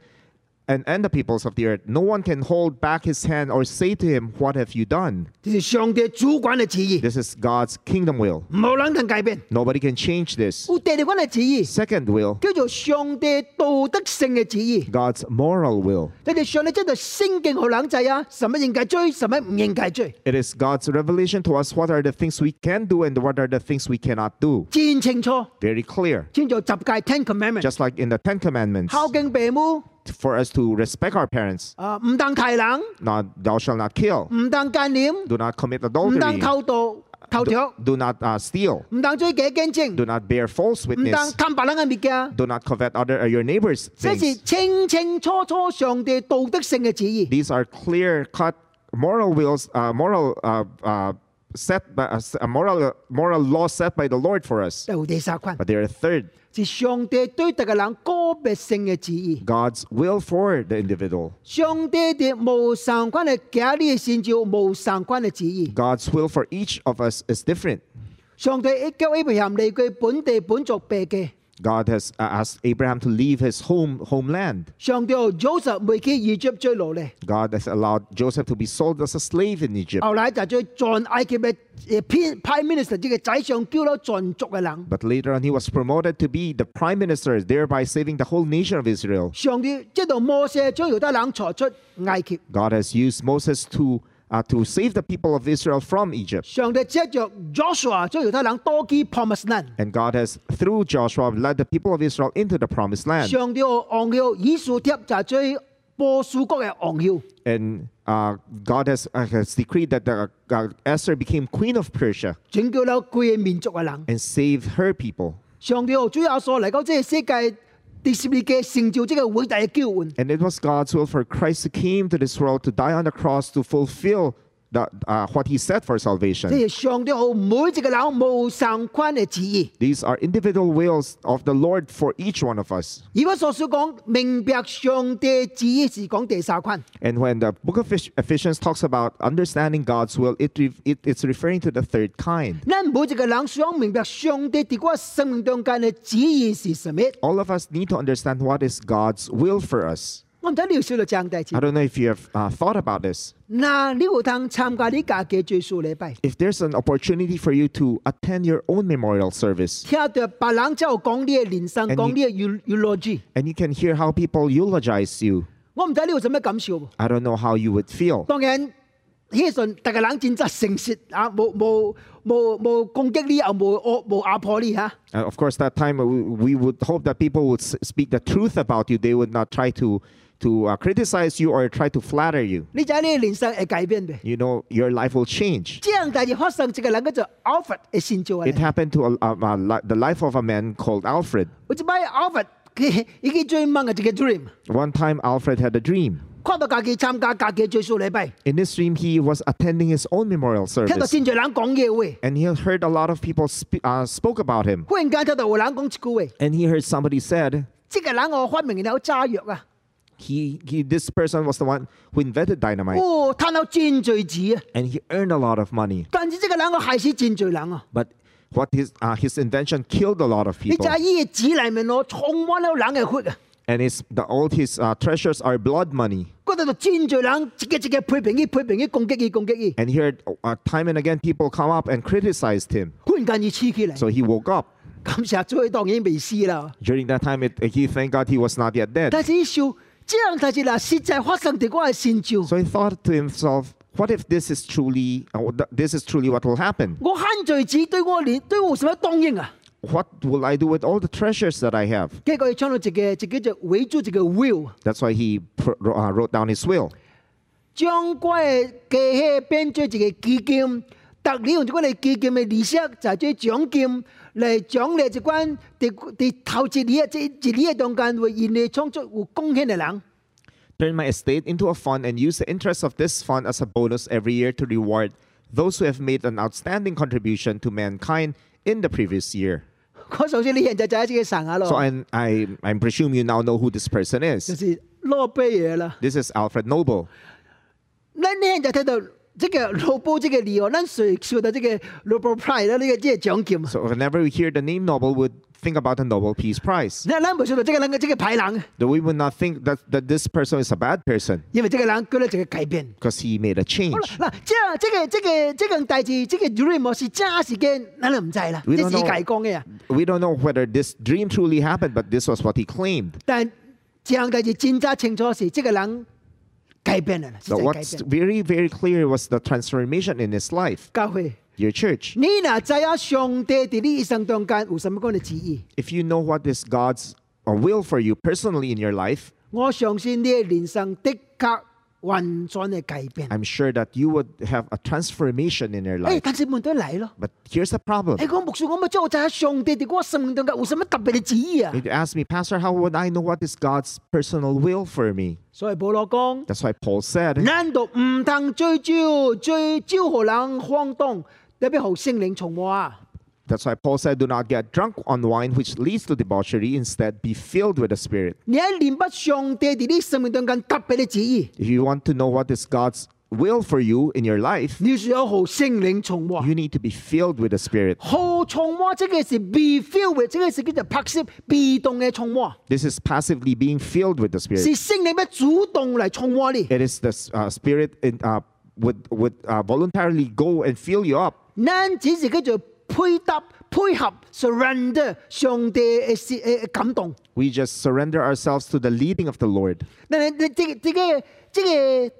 Speaker 2: and, and the peoples of the earth. No one can hold back his hand or say to him, What have you done?
Speaker 1: 這是上帝主管嘅旨意，
Speaker 2: This is God's kingdom will.
Speaker 1: 冇人能改變。
Speaker 2: Nobody can change this.
Speaker 1: 有第二款嘅旨意，
Speaker 2: Second will,
Speaker 1: 叫做上帝道德性嘅旨意。
Speaker 2: God's moral will.
Speaker 1: 你哋上帝真係聖經好冷制啊！什麼應該追，什麼唔應該追。
Speaker 2: It is God's revelation to us what are the things we can do and what are the things we cannot do.
Speaker 1: 戰清楚，
Speaker 2: Very clear.
Speaker 1: 先做十戒 Ten Commandments，
Speaker 2: Just like in the Ten Commandments,
Speaker 1: 孝敬父母，
Speaker 2: for us to respect our parents,
Speaker 1: 啊唔當提冷，
Speaker 2: not, thou shalt not kill,
Speaker 1: 唔當奸念，唔
Speaker 2: do not commit
Speaker 1: 當
Speaker 2: adultery,
Speaker 1: 偷盜、偷竊
Speaker 2: do,，do not uh, steal,
Speaker 1: 唔當追假見
Speaker 2: do
Speaker 1: 證，
Speaker 2: not bear false
Speaker 1: 唔當
Speaker 2: witness,
Speaker 1: 貪白人嘅物件。
Speaker 2: do not covet other uh, your neighbor's
Speaker 1: 這是
Speaker 2: things.
Speaker 1: 清清楚楚上帝道德性嘅旨意。
Speaker 2: These are clear cut moral wills, uh, moral uh, uh, set by, uh, s- uh, moral moral law set by the Lord for us.
Speaker 1: 就第三款
Speaker 2: But there are third,
Speaker 1: 是上帝對特嘅人個別性嘅旨意。
Speaker 2: God's will for the individual,
Speaker 1: 上帝對無相關嘅假啲嘅善照，無相關嘅旨意。
Speaker 2: God's will for each of us is different.
Speaker 1: 上帝一叫 Abraham 離佢本地本族避嘅，
Speaker 2: God has uh, asked Abraham to leave his home homeland.
Speaker 1: 上帝由 Joseph 未去異族追奴咧，
Speaker 2: God has allowed Joseph to be sold as a slave in Egypt.
Speaker 1: 後來就將 John 埃及嘅誒 Prime Prime Minister 即個宰相叫咗藏族嘅人，
Speaker 2: But later on, he was promoted to be the prime minister, thereby saving the whole nation of Israel.
Speaker 1: 上帝即度摩西將猶太人抬出埃及，
Speaker 2: God has used Moses to, uh, to save the people of Israel from Egypt.
Speaker 1: 上帝藉着 Joshua 將猶太人多基 Promised Land，
Speaker 2: And God has, through Joshua, led the people of Israel into the promised land.
Speaker 1: 上帝由昂曉以數帖就最波斯國嘅昂曉，
Speaker 2: And uh, God has, uh, has decreed that the, uh, Esther became queen of Persia
Speaker 1: 拯救了佢嘅民族嘅人。
Speaker 2: and saved her people.
Speaker 1: 上帝由主耶穌嚟到即個世界第十二嘅成就即個偉大嘅交換。
Speaker 2: And it was God's will for Christ who came to this world to die on the cross to fulfill the, uh, what he said for salvation.
Speaker 1: 即係上帝好每一個人無相關嘅旨意。
Speaker 2: These are individual wills of the Lord for each one of us.
Speaker 1: 而我所說講明白上帝旨意是講第三款，
Speaker 2: And when the book of Ephes- Ephesians talks about understanding God's will, it, re- it it's referring to the third kind.
Speaker 1: 咱每一個人想明白上帝喺我生命中間嘅旨意是什麼。
Speaker 2: All of us need to understand what is God's will for us.
Speaker 1: 我唔知你有少到正大字
Speaker 2: I。don't know if you have uh, thought about this.
Speaker 1: 嗱，你有通參加呢家嘅最數禮拜，
Speaker 2: If there's an opportunity for you to attend your own memorial service
Speaker 1: 聽到別人就講你嘅人生，
Speaker 2: And
Speaker 1: 講你嘅 u u l o g y
Speaker 2: and you can hear how people eulogize you,
Speaker 1: 我唔知你有什麼感受。
Speaker 2: I don't know how you would feel.
Speaker 1: 當然，呢陣大家冷戰則誠實啊，冇冇冇冇攻擊你，又冇惡冇壓迫你啊嚇。
Speaker 2: Uh, of course, that time uh, we, we would hope that people would s- speak the truth about you. They would not try to, to uh, criticize you or try to flatter you.
Speaker 1: 你知你人生會改變嘅。
Speaker 2: You know, your life will change.
Speaker 1: 這樣大事發生，這個人叫做 Alfred 嘅先兆啊
Speaker 2: It！happened to a, a, a li- the life of a man called Alfred.
Speaker 1: 我一擺 Alfred 佢已經最猛嘅一個啊 dream，
Speaker 2: One time, Alfred had a dream.
Speaker 1: 看到家己參加家己最數禮拜，
Speaker 2: In this dream, he was attending his own memorial
Speaker 1: 聽到
Speaker 2: service,
Speaker 1: 先濟人講嘢話，
Speaker 2: and he heard a lot of people sp- uh, spoke about him.
Speaker 1: 忽然間聽到有人講一句話：，
Speaker 2: And he heard somebody said,
Speaker 1: 這個人我發明了炸藥啊！
Speaker 2: he, he this person was the one who invented dynamite,
Speaker 1: 哦，貪到真罪子啊！
Speaker 2: and he earned a lot of money.
Speaker 1: 但是這個人我害死真罪人啊！
Speaker 2: But what his uh, his invention killed a lot of
Speaker 1: 你知
Speaker 2: people,
Speaker 1: 伊嘅紙裡面我充滿了人嘅血啊！
Speaker 2: and his the all his uh, treasures are blood money.
Speaker 1: 嗰度就真罪人一個一個批評伊，批評伊，攻擊伊，攻擊伊。
Speaker 2: And he heard uh, time and again people come up and criticized him.
Speaker 1: 忽然間伊黐起嚟，
Speaker 2: So he woke up.
Speaker 1: 咁成日做當然未死啦。
Speaker 2: During that time, it, he thank God he was not yet dead.
Speaker 1: 但是一想，这样代志啦，实在发生伫我嘅身上，
Speaker 2: So he thought to himself, "What if this is truly uh, th- this is truly what will happen?
Speaker 1: 我限罪子对我连对我有什么当应啊？
Speaker 2: What will I do with all the treasures that I have?"
Speaker 1: 结果佢创到一个一个就围住一个 will，
Speaker 2: That's why he pr- uh, wrote down his will.
Speaker 1: 将我嘅家业变做一个基金，特利用即款嘅基金嘅利息就做奖金嚟奖励即款伫伫头一年即一年嘅中间为人类创作有贡献嘅人。
Speaker 2: Turn my estate into a fund and use the interest of this fund as a bonus every year to reward those who have made an outstanding contribution to mankind in the previous year.
Speaker 1: 我首先你现在就喺自己神下
Speaker 2: So
Speaker 1: 咯，
Speaker 2: I, I, I presume you now know who this person
Speaker 1: 就
Speaker 2: is.
Speaker 1: 是諾貝爾啦。
Speaker 2: This is Alfred Nobel.
Speaker 1: 那你現在睇到即個諾貝即個字哦，咱誰受到即個諾貝 prize 啦？呢個即係獎金啊！
Speaker 2: So whenever we hear the name Nobel, we would think about the Nobel Peace Prize.
Speaker 1: 那咱唔受到即個人嘅即個排人，
Speaker 2: Though we would not think that, that this person is a bad person
Speaker 1: 因為即個人佢咧就嘅改變。
Speaker 2: because he made a
Speaker 1: 好
Speaker 2: change.
Speaker 1: 啦，嗱，即係即個即個即個大事，即個 dream 是真事嘅，咱就唔知啦，
Speaker 2: We
Speaker 1: 即
Speaker 2: don't
Speaker 1: 係自己
Speaker 2: know.
Speaker 1: 講嘅啊。
Speaker 2: We don't know whether this dream truly happened, but this was what he claimed.
Speaker 1: 但這樣大事真真清楚是即個人改變啦，實在
Speaker 2: But
Speaker 1: 改
Speaker 2: what's
Speaker 1: 變。
Speaker 2: very, very clear was the transformation in his life,
Speaker 1: 教會，
Speaker 2: your church.
Speaker 1: 你若知啊，上帝喺你一生中間有什麼嘅旨意，
Speaker 2: If you know what is God's uh, will for you personally in your life,
Speaker 1: 我相信你嘅人生的確完全嘅改變。
Speaker 2: I'm sure that you would have a transformation in your
Speaker 1: 誒，
Speaker 2: life.
Speaker 1: 哎但是問題嚟咯。
Speaker 2: But here's the problem.
Speaker 1: 你講牧師，我咪將我就喺上帝哋嗰個生命當中有什麼特別嘅旨意啊？
Speaker 2: If you ask me, Pastor, how would I know what is God's personal will for me?
Speaker 1: 所以保羅講：，
Speaker 2: That's why Paul said,
Speaker 1: 難道唔通追焦追焦何人荒蕩，特別好聖靈從我啊？
Speaker 2: that's why Paul said, do not get drunk on wine, which leads to debauchery. Instead, be filled with the Spirit.
Speaker 1: 你喺念不上帝哋啲生命當中特別嘅旨意，
Speaker 2: If you want to know what is God's will for you in your life,
Speaker 1: 你需要好聖靈從我。
Speaker 2: you need to be filled with the Spirit.
Speaker 1: 好從我，即係是 be filled with，即係是叫做拍攝被動嘅從我，
Speaker 2: This is passively being filled with the
Speaker 1: 是
Speaker 2: Spirit.
Speaker 1: 聖靈咩主動嚟從我呢？
Speaker 2: It is the uh, Spirit in, uh, would, would uh, voluntarily go and fill you up.
Speaker 1: 咱只是叫做配搭配合 surrender 上帝嘅事嘅感動。
Speaker 2: We just surrender ourselves to the leading of the Lord.
Speaker 1: 但係你即即嘅即嘅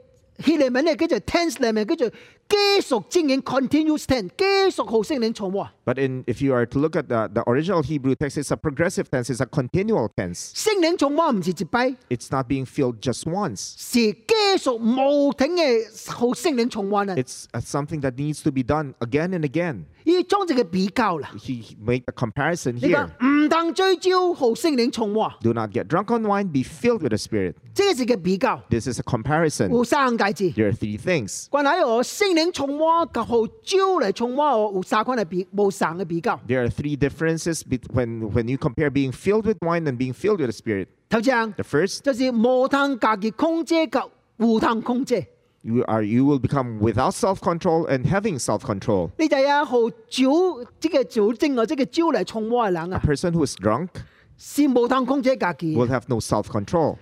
Speaker 1: 希利文咧叫做 tense 裏面叫做繼續經營 continuous tense，繼續好聖靈從喎。
Speaker 2: But in, if you are to look at the, the original Hebrew text, it's a progressive tense, it's a continual tense.
Speaker 1: 聖靈從我唔是一擺，
Speaker 2: It's not being filled just once.
Speaker 1: 是繼續無停嘅好聖靈從我呢。
Speaker 2: It's uh, something that needs to be done again and again.
Speaker 1: 要將這個比較啦，
Speaker 2: He he made a comparison
Speaker 1: 你講
Speaker 2: here.
Speaker 1: 唔能追焦好聖靈從我，
Speaker 2: Do not get drunk on wine, be filled with the Spirit.
Speaker 1: 這是個比較。
Speaker 2: This is a comparison.
Speaker 1: 有三個字，
Speaker 2: There are three things.
Speaker 1: 關係我聖靈從我及好焦嚟從我有三款嘅比冇三嘅比較。
Speaker 2: There are three differences bet- when, when you compare being filled with wine and being filled with the Spirit.
Speaker 1: 頭先啊
Speaker 2: The first,
Speaker 1: 就是無通家己控制及無通控制。
Speaker 2: you, are, you will become without self control and having self control.
Speaker 1: 你就有好酒，即個酒精或者個酒嚟沖我嘅人
Speaker 2: A
Speaker 1: 啊，
Speaker 2: person who is drunk
Speaker 1: 是無通控制家己。
Speaker 2: will have no self control.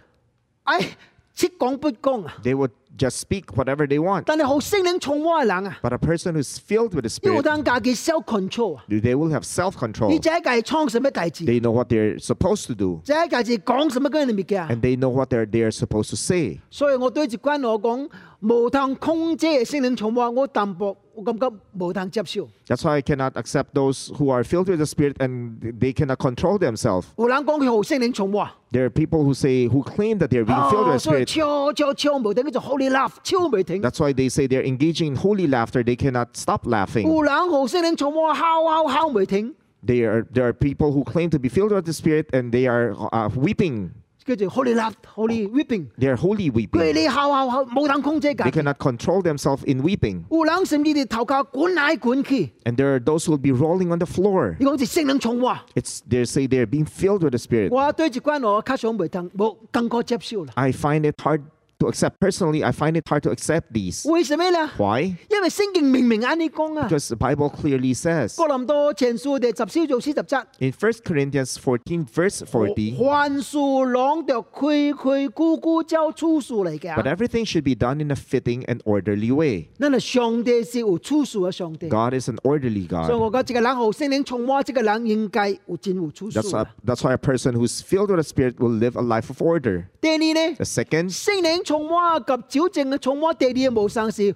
Speaker 1: 哎，識講不講啊？
Speaker 2: They would just speak whatever they want.
Speaker 1: 但係好聖靈沖我嘅人啊，
Speaker 2: But a person who's filled with the
Speaker 1: 要
Speaker 2: Spirit,
Speaker 1: 當家己 self control 啊，
Speaker 2: they will have self
Speaker 1: 你
Speaker 2: control.
Speaker 1: 就係家己創什麼大事，
Speaker 2: They know what they're supposed to do,
Speaker 1: 就係家己講什麼跟人哋嘅啊。
Speaker 2: and they know what they're, they're supposed to say.
Speaker 1: 所以我對住關我講，無通控制嘅聖靈沖我，我淡薄，我感覺無通接受。
Speaker 2: That's why I cannot accept those who are filled with the Spirit and they cannot control themselves.
Speaker 1: 有人講佢好聖靈沖我啊，
Speaker 2: There are people who say, who claim that they're being filled with the
Speaker 1: 哦所以
Speaker 2: Spirit.
Speaker 1: 超超超無停，叫做 Holy Love，超無停。
Speaker 2: That's why they say they're engaging in holy laughter. They cannot stop laughing.
Speaker 1: 有人好聖靈沖我，敲敲敲無停，
Speaker 2: They are, there are people who claim to be filled with the Spirit and they are uh, weeping.
Speaker 1: 叫做 Holy Love，Holy Weeping。
Speaker 2: They're holy
Speaker 1: 佢
Speaker 2: weeping.
Speaker 1: 哋後後後冇等控制
Speaker 2: They
Speaker 1: 㗎，
Speaker 2: cannot control themselves in weeping.
Speaker 1: 有人甚至哋頭殼管來管去，
Speaker 2: And there are those who will be rolling on the floor.
Speaker 1: 你講是聖靈重喎。
Speaker 2: It's They say they're being filled with the Spirit.
Speaker 1: 我對住關我卡上未等，冇更加接受啦。
Speaker 2: I find it hard to accept. Personally, I find it hard to accept these.
Speaker 1: 為什麼呢？
Speaker 2: Why?
Speaker 1: 因為聖經明明啱你講啊，
Speaker 2: Because the Bible clearly says
Speaker 1: 哥林多前書第十四章四十七，
Speaker 2: in 1 Corinthians 14, verse 40,
Speaker 1: 凡事朗着佢佢咕咕叫出數嚟嘅
Speaker 2: but
Speaker 1: 啊。
Speaker 2: everything should be done in a fitting and orderly way.
Speaker 1: 那係上帝是有出數嘅上帝，
Speaker 2: God is an orderly
Speaker 1: 所以
Speaker 2: God.
Speaker 1: 我覺得這個人好聖靈重我，這個人應該有真有出數
Speaker 2: That's why,
Speaker 1: 啊。
Speaker 2: that's why a person who's filled with the Spirit will live a life of order.
Speaker 1: 第二呢？
Speaker 2: The second,
Speaker 1: 聖靈從我及矯正嘅從我地理嘅無生是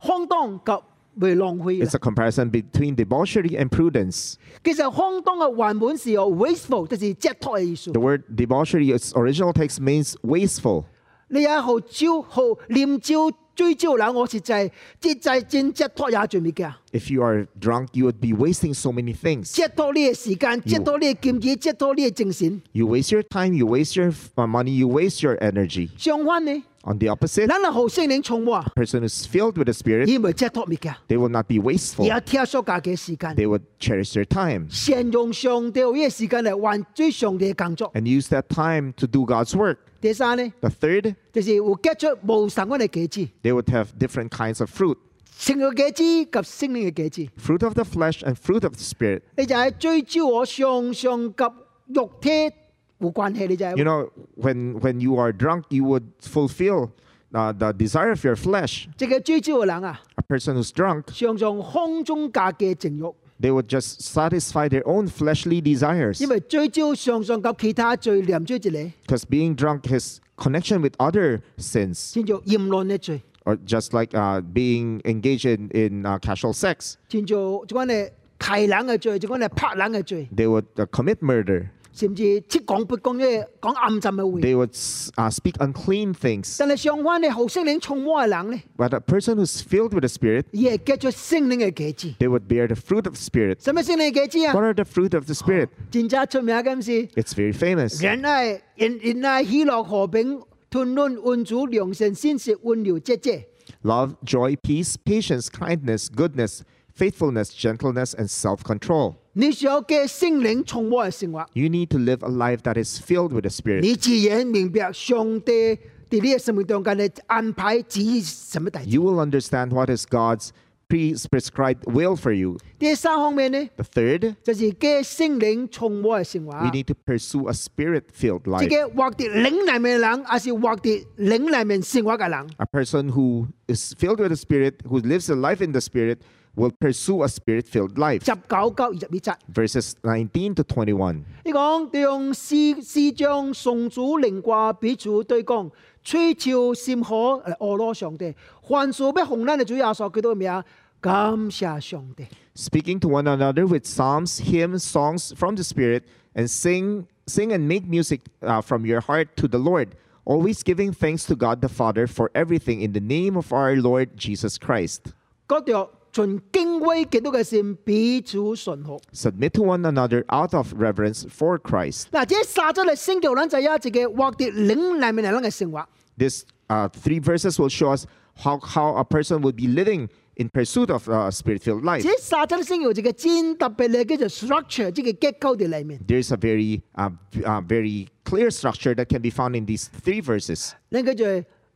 Speaker 1: 空蕩及未浪費
Speaker 2: it's
Speaker 1: 嘅。
Speaker 2: a comparison between debauchery and prudence.
Speaker 1: 其實空蕩嘅原本是有 wasteful，就是折拖嘅意思
Speaker 2: The。word debauchery, its original text means wasteful.
Speaker 1: 你有好招好念招最少人我實在，即在真折托也做唔嘅，
Speaker 2: If you are drunk, you would be wasting so many things.
Speaker 1: 折托你嘅時間，折托你嘅金錢，折托你嘅精神。
Speaker 2: You waste your time, you waste your uh, money, you waste your energy.
Speaker 1: 相反呢，
Speaker 2: On the opposite,
Speaker 1: 咱係好聖靈充滿，
Speaker 2: person who's filled with the Spirit,
Speaker 1: 伊唔係折托你嘅，
Speaker 2: they will not be wasteful.
Speaker 1: 而係聽所教嘅時間，
Speaker 2: They would cherish their time
Speaker 1: 善用上帝嘅時間嚟還最上帝嘅工作。
Speaker 2: and use that time to do God's work.
Speaker 1: 第三呢，
Speaker 2: The third,
Speaker 1: 就是會結出無神嘅果子，
Speaker 2: they would have different kinds of fruit.
Speaker 1: 聖嘅果子及聖靈嘅果子。
Speaker 2: fruit of the flesh and fruit of the spirit.
Speaker 1: 你就係追焦我上上及肉體冇關係，你就
Speaker 2: You
Speaker 1: 係
Speaker 2: know, when when you are drunk, you would fulfill uh, the desire of your flesh.
Speaker 1: 即係追焦嘅人啊，
Speaker 2: A person who's drunk,
Speaker 1: 常常空中架嘅情慾，
Speaker 2: they would just satisfy their own fleshly desires.
Speaker 1: 因為追焦上上及其他罪連追住你，
Speaker 2: Because being drunk has connection with other sins,
Speaker 1: 先做淫亂嘅罪，
Speaker 2: or just like uh, being engaged in, in uh, casual sex,
Speaker 1: 先做即講你提冷嘅罪，即講你拍冷嘅罪，
Speaker 2: they would uh, commit murder.
Speaker 1: 甚至即講不講嘅講暗浸嘅會。
Speaker 2: They would s- uh, speak unclean things.
Speaker 1: 但係相反，你好識領從魔嘅人咧，
Speaker 2: But a person who's filled with the Spirit,
Speaker 1: 而係結出聖靈嘅果子。
Speaker 2: they would bear the fruit of the Spirit.
Speaker 1: 什麼聖靈嘅果子
Speaker 2: What
Speaker 1: 啊？
Speaker 2: are the fruit of the Spirit?
Speaker 1: 戰爭出名嘅咁是。
Speaker 2: It's very famous.
Speaker 1: 忍耐、忍忍耐、喜樂、和平、吞論、恩主、良善、先是温柔、節制。
Speaker 2: love, joy, peace, patience, kindness, goodness, faithfulness, gentleness, and self control.
Speaker 1: 你所有嘅聖靈從我嘅生活，
Speaker 2: You need to live a life that is filled with the Spirit.
Speaker 1: 你自然明白上帝喺你嘅生命當中嘅安排指意什麼大事。
Speaker 2: You will understand what is God's pre prescribed will for you.
Speaker 1: 第三方面呢，
Speaker 2: The third,
Speaker 1: 就是嘅聖靈從我嘅生活。
Speaker 2: we need to pursue a spirit filled
Speaker 1: 即
Speaker 2: life.
Speaker 1: 嘅活得靈裡面嘅人，還是活得靈裡面生活嘅人，
Speaker 2: A person who is filled with the Spirit, who lives a life in the Spirit, will pursue a spirit filled life.
Speaker 1: 十九到二十二節。
Speaker 2: Verses 19 to 21.
Speaker 1: 你講你用詩詩章送主靈掛彼此對講，吹潮善可嚟阿羅呃上帝，還是咩紅蘭嘅主耶穌基督嘅名，感謝上帝。
Speaker 2: speaking to one another with psalms, hymns, songs from the Spirit, and sing, sing and make music uh, from your heart to the Lord, always giving thanks to God the Father for everything in the name of our Lord Jesus Christ.
Speaker 1: 嗰條盡敬畏基督嘅善彼此順服。
Speaker 2: Submit to one another out of reverence for Christ.
Speaker 1: 嗱，這撒咗嚟聖教人就有一隻嘅或者領裏面人嘅生活，
Speaker 2: This uh, three verses will show us how, how a person would be living in pursuit of uh, a spirit-filled life.
Speaker 1: 這撒咗聖教就嘅戰特別嘅叫做 structure，即係結構嘅裏面，
Speaker 2: There's a very, uh, v- uh, very clear structure that can be found in these three verses.
Speaker 1: 你叫做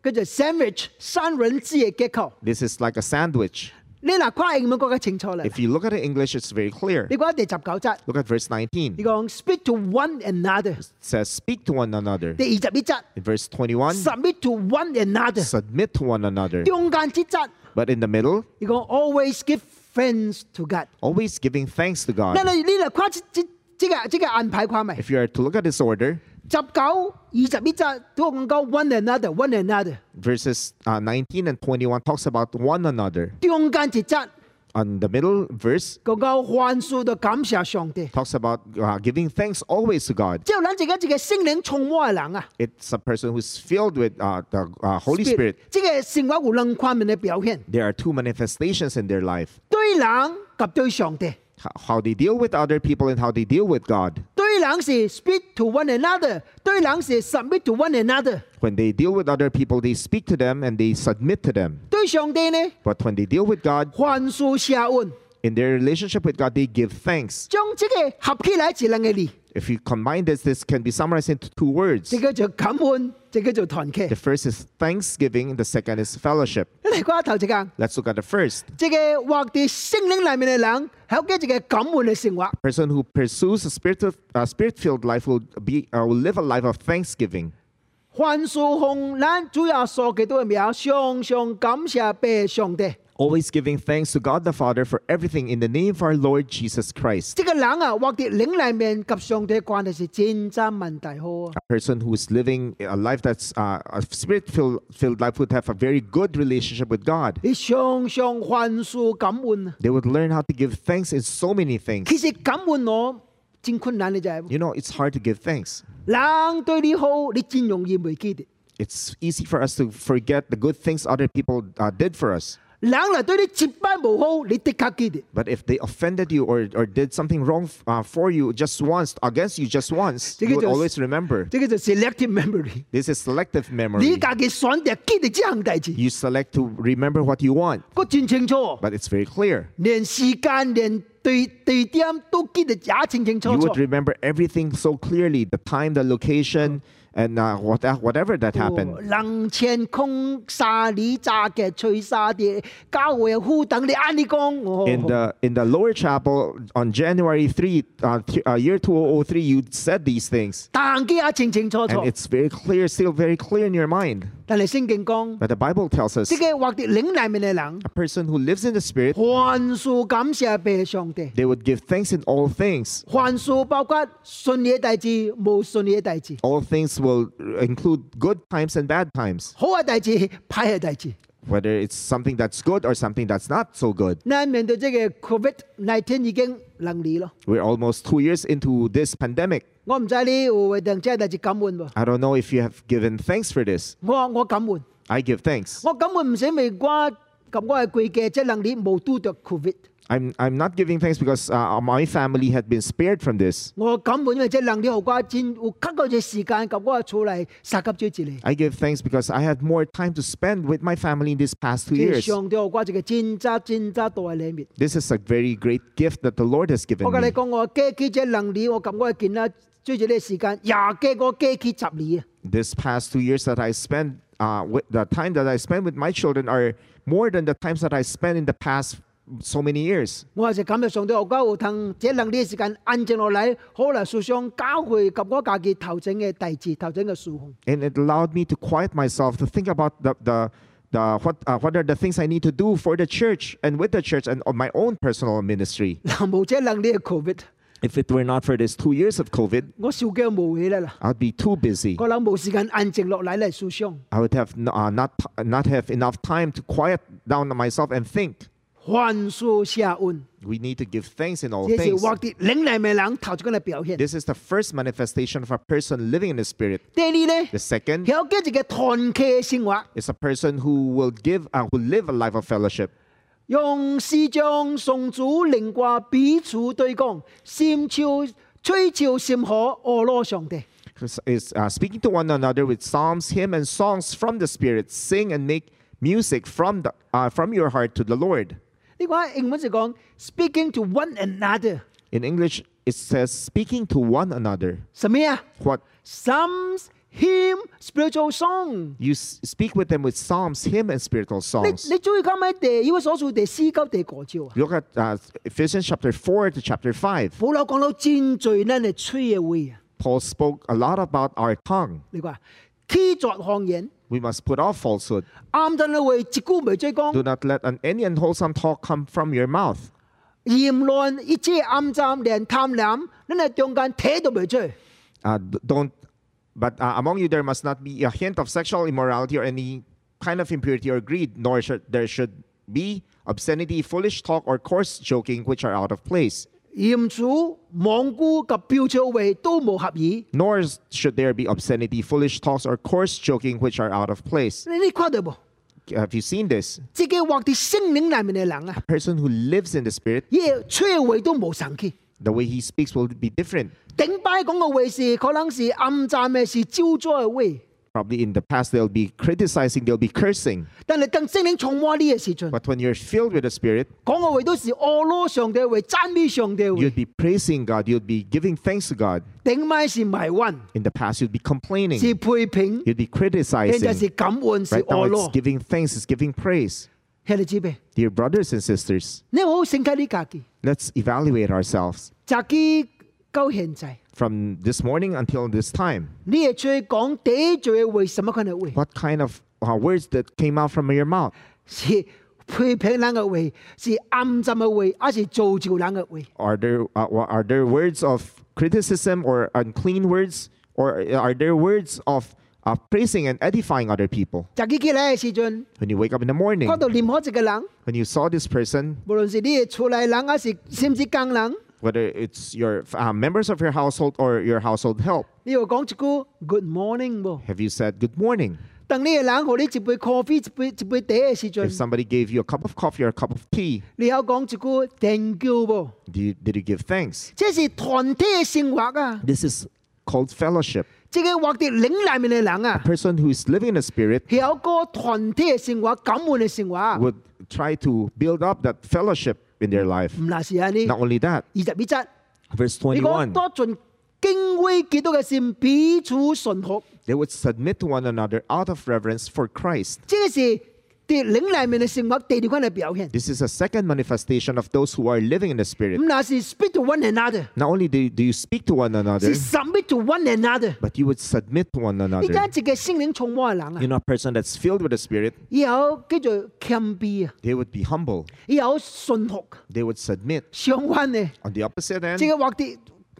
Speaker 1: 叫做 sandwich 三輪之嘅結構。
Speaker 2: This is like a sandwich.
Speaker 1: 你嗱跨英文國嘅清楚啦，
Speaker 2: If you look at it in English, it's very clear.
Speaker 1: 你講第十九節。
Speaker 2: Look at verse 19.
Speaker 1: He
Speaker 2: It
Speaker 1: going speak to one another.
Speaker 2: says, Speak to one another.
Speaker 1: 第二十一節
Speaker 2: In verse 21,
Speaker 1: submit to one another.
Speaker 2: submit to one another.
Speaker 1: 中間之節，
Speaker 2: But in the middle,
Speaker 1: 你講 always give thanks to God。
Speaker 2: always giving thanks to
Speaker 1: 嗱
Speaker 2: God.
Speaker 1: 你呢度跨即即即個即個安排跨咪？十
Speaker 2: If you are to look at this order,
Speaker 1: 九、二十一節都講講 one another, one another。
Speaker 2: verses uh, 19 and 21 talks about one another.
Speaker 1: 中間之節
Speaker 2: On the middle verse,
Speaker 1: 講講凡事都感謝上帝。
Speaker 2: talks about uh, giving thanks always to God.
Speaker 1: 之後咱自己自己聖靈充滿嘅人啊，
Speaker 2: It's a person who's filled with uh, the uh, Holy Spirit.
Speaker 1: 即個生活無論方面嘅表現，
Speaker 2: There are two manifestations in their life
Speaker 1: 對人及對上帝。
Speaker 2: h- how they deal with other people and how they deal with God.
Speaker 1: 對人是 speak to one another，對人是 submit to one another。
Speaker 2: When they deal with other people, they speak to them and they submit to them.
Speaker 1: 對上帝呢，
Speaker 2: But when they deal with God,
Speaker 1: 凡事下恩，
Speaker 2: in their relationship with God, they give thanks.
Speaker 1: 將這個合起來是兩個字，
Speaker 2: If you combine this, this can be summarized into two words.
Speaker 1: 這個就感恩，這個就團
Speaker 2: The
Speaker 1: 結。
Speaker 2: first is thanksgiving, the second is fellowship.
Speaker 1: 你講頭一間，
Speaker 2: Let's look at the first.
Speaker 1: 這個或者聖靈裡面嘅人，有嘅一個感恩嘅生活，
Speaker 2: Person who pursues a spirit of, uh, spirit-filled life will be uh, will live a life of thanksgiving.
Speaker 1: 凡事奉咱主耶穌基督嘅名，常常感謝俾上帝。
Speaker 2: Always giving thanks to God the Father for everything in the name of our Lord Jesus Christ.
Speaker 1: 這個人啊，或者靈裡面及上帝嘅關係是真真問題好啊
Speaker 2: A。person who is living a life that's uh, a spirit-filled filled life would have a very good relationship with God.
Speaker 1: 你常常凡事感恩啊，
Speaker 2: They would learn how to give thanks in so many things.
Speaker 1: 其實感恩我真困難嘅就係，
Speaker 2: You know, it's hard to give thanks.
Speaker 1: 人對你好，你真容易唔記得。
Speaker 2: It's easy for us to forget the good things other people uh, did for us.
Speaker 1: 人若對你一擺無好，你的確記得。
Speaker 2: But if they offended you or, or did something wrong f- uh, for you just once, against you just once,
Speaker 1: Sige,
Speaker 2: you would
Speaker 1: Diyos.
Speaker 2: always remember.
Speaker 1: 這個就 selective memory。
Speaker 2: This is selective
Speaker 1: 你
Speaker 2: memory.
Speaker 1: 家己選擇記得這項代志，
Speaker 2: You select to remember what you want,
Speaker 1: 我真清楚，哦
Speaker 2: but it's very clear.
Speaker 1: 連時間、連地地點都記得也清清楚
Speaker 2: You
Speaker 1: 楚。
Speaker 2: would remember everything so clearly the time, the location, and uh, what, whatever that
Speaker 1: 哦
Speaker 2: happened.
Speaker 1: 人前空沙你炸嘅吹沙啲，教會呼等你安你講。哦
Speaker 2: In the in the lower chapel on January 3, uh, th- uh, year 2003, you said these things.
Speaker 1: 但記也清清楚楚
Speaker 2: And。it's very clear, still very clear in your mind.
Speaker 1: 但係聖經講，
Speaker 2: But the Bible tells us
Speaker 1: 即個或者領內面嘅人，
Speaker 2: a person who lives in the Spirit,
Speaker 1: 凡事感謝俾上帝。
Speaker 2: they would give thanks in all things.
Speaker 1: 凡事包括順利嘅代志、無順利嘅代志、
Speaker 2: All things will include good times and bad times,
Speaker 1: 好嘅代志、歹嘅代志。
Speaker 2: whether it's something that's good or something that's not so good.
Speaker 1: 嗱，面對即個 Covid nineteen 已經兩年咯，
Speaker 2: We're almost two years into this pandemic.
Speaker 1: 我唔知你有為定即代志感恩喎。
Speaker 2: I don't know if you have given thanks for this.
Speaker 1: 我我感恩，
Speaker 2: I give thanks.
Speaker 1: 我感恩唔使咪我咁我係貴嘅，即兩年冇拄着 Covid。
Speaker 2: I'm, I'm not giving thanks because uh, my family had been spared from this.
Speaker 1: 我感恩，因為即兩年後我真有更多嘅時間，咁我出嚟殺急追治你。
Speaker 2: I give thanks because I had more time to spend with my family in these past two
Speaker 1: 即
Speaker 2: years.
Speaker 1: 上帝我一個真扎真扎大嘅禮物。
Speaker 2: This is a very great gift that the Lord has given
Speaker 1: 我跟你
Speaker 2: me.
Speaker 1: 講，我過去即兩年，我感覺見啦，追住呢個時間廿幾個過去十年啊。
Speaker 2: This past two years that I spent, uh, with the time that I spent with my children are more than the times that I spent in the past so many years.
Speaker 1: 我係就感謝上帝，我覺得有通這兩年時間安靜落嚟，可能思想教會及我家己頭前嘅弟子、頭前嘅事項。
Speaker 2: And it allowed me to quiet myself to think about the, the, the what, uh, what are the things I need to do for the church and with the church and on my own personal ministry.
Speaker 1: 嗱，冇這兩年嘅 Covid，
Speaker 2: If it were not for this two years of COVID,
Speaker 1: 我小嘅無起啦啦，
Speaker 2: I'd be too busy.
Speaker 1: 個人冇時間安靜落嚟嚟思想。
Speaker 2: I would have n- uh, not, not have enough time to quiet down myself and think.
Speaker 1: 凡事謝恩，
Speaker 2: We need to give thanks in all
Speaker 1: 這是
Speaker 2: things.
Speaker 1: 我哋領嚟嘅人頭先嘅表現。
Speaker 2: This is the first manifestation of a person living in the Spirit.
Speaker 1: 第二咧，
Speaker 2: The second
Speaker 1: 有幾隻嘅團契嘅生活，
Speaker 2: is a person who will give uh, who live a life of fellowship.
Speaker 1: 用詩章送主靈話彼此對講，心照吹照心可阿羅上帝。
Speaker 2: Is- Is uh, speaking to one another with psalms, hymn, and songs from the Spirit. Sing and make music from the uh, from your heart to the Lord.
Speaker 1: 呢個喺英文就講 speaking to one another，
Speaker 2: In English, it says speaking to one another.
Speaker 1: 什麼呀
Speaker 2: What
Speaker 1: ？Psalms, hymn, spiritual song。
Speaker 2: you s- speak with them with psalms, hymn, and spiritual
Speaker 1: 你
Speaker 2: songs.
Speaker 1: 你注意睇喺第，因為所屬第四九第個照啊。
Speaker 2: Look at uh, Ephesians chapter four to chapter five.
Speaker 1: 保羅講到戰罪呢係吹嘅會啊，
Speaker 2: Paul spoke a lot about our tongue.
Speaker 1: 你話欺作抗言，
Speaker 2: We must put off falsehood.
Speaker 1: 啱真嘅會直顧未追光，
Speaker 2: Do not let an, any unwholesome talk come from your mouth.
Speaker 1: 言論一切暗站連貪婪，你係中間睇都未追。
Speaker 2: Uh, d- don't, but uh, among you there must not be a hint of sexual immorality or any kind of impurity or greed, nor should there should be obscenity, foolish talk, or coarse joking, which are out of place.
Speaker 1: 鹽柱、罔顧及標超位都冇合意，
Speaker 2: Nor s- should there be obscenity, foolish talks, or coarse joking, which are out of place.
Speaker 1: 你你誇到冇？
Speaker 2: Have you seen this?
Speaker 1: 自己或啲聖靈裡面嘅人啊，
Speaker 2: Person who lives in the Spirit,
Speaker 1: 嘢吹嘅會都冇神氣。
Speaker 2: the way he speaks will be different.
Speaker 1: 頂擺講嘅話是可能是暗讚嘅是招災嘅話，
Speaker 2: Probably in the past they'll be criticizing, they'll be cursing.
Speaker 1: 但係當聖靈充滿呢個時陣，
Speaker 2: But when you're filled with the Spirit,
Speaker 1: 講嘅話都是阿羅上帝嘅話，讚美上帝嘅
Speaker 2: you'd
Speaker 1: 話，
Speaker 2: be praising God, you'd be giving thanks to God.
Speaker 1: 頂擺是迷暈，
Speaker 2: In the past, you'd be complaining,
Speaker 1: 是批評，
Speaker 2: you'd be
Speaker 1: 現在是
Speaker 2: criticizing.
Speaker 1: 感恩，是
Speaker 2: Right
Speaker 1: 阿
Speaker 2: now,
Speaker 1: 羅
Speaker 2: it's。giving thanks, it's giving praise.
Speaker 1: 係你知咩？
Speaker 2: Dear brothers and sisters,
Speaker 1: 你好好醒解你自己，
Speaker 2: let's evaluate ourselves
Speaker 1: 自己到現在，
Speaker 2: from this morning until this time.
Speaker 1: 你係吹講得罪嘅話，什麼可能會？
Speaker 2: What kind of uh, words that came out from your mouth?
Speaker 1: 是批評人嘅話，是暗讚嘅話，還是造就人嘅話？
Speaker 2: Are there uh, wa- are there words of criticism or unclean words, or uh, are there words of uh, praising and edifying other people?
Speaker 1: 自己起來嘅時陣，
Speaker 2: When you wake up in the morning,
Speaker 1: 看到任何一個人。
Speaker 2: when you saw this person,
Speaker 1: 無論是你嘅厝內人，還是甚至工人，
Speaker 2: whether it's your uh, members of your household or your household help.
Speaker 1: 你又講一句 Good morning 喎，
Speaker 2: Have you said good morning?
Speaker 1: 当你嘅人互你一杯 coffee 一杯一杯茶嘅時
Speaker 2: If
Speaker 1: 陣，
Speaker 2: somebody gave you a cup of coffee or a cup of tea,
Speaker 1: 你有講一句 thank you 無？
Speaker 2: did you, did you give thanks?
Speaker 1: 這是團體嘅生活啊！
Speaker 2: This is called fellowship.
Speaker 1: 即個活伫靈內面嘅人啊，
Speaker 2: person who's living in the Spirit
Speaker 1: 係有個團體嘅生活、感恩嘅生活啊，
Speaker 2: would try to build up that fellowship in their life.
Speaker 1: 唔那是安尼。
Speaker 2: Not
Speaker 1: 二
Speaker 2: only that,
Speaker 1: 十一節，
Speaker 2: verse
Speaker 1: 你講
Speaker 2: 21,
Speaker 1: 多盡敬畏基督嘅心，彼此順服。
Speaker 2: they would submit to one another out of reverence for Christ.
Speaker 1: 這個是伫靈內面嘅生活第二款嘅表現。
Speaker 2: This is a second manifestation of those who are living in the Spirit.
Speaker 1: 唔那是 speak to one another，
Speaker 2: Not only do, do you speak to one
Speaker 1: 是
Speaker 2: another,
Speaker 1: submit to one another。
Speaker 2: but you would submit to one
Speaker 1: 而
Speaker 2: another.
Speaker 1: 家一個聖靈充滿嘅人啊
Speaker 2: You，know, a person that's filled with the Spirit,
Speaker 1: 以後叫做謙卑啊，
Speaker 2: they would be humble,
Speaker 1: 以後順服。
Speaker 2: they would submit.
Speaker 1: 相反呢，
Speaker 2: On the opposite
Speaker 1: 即
Speaker 2: end,
Speaker 1: 個或啲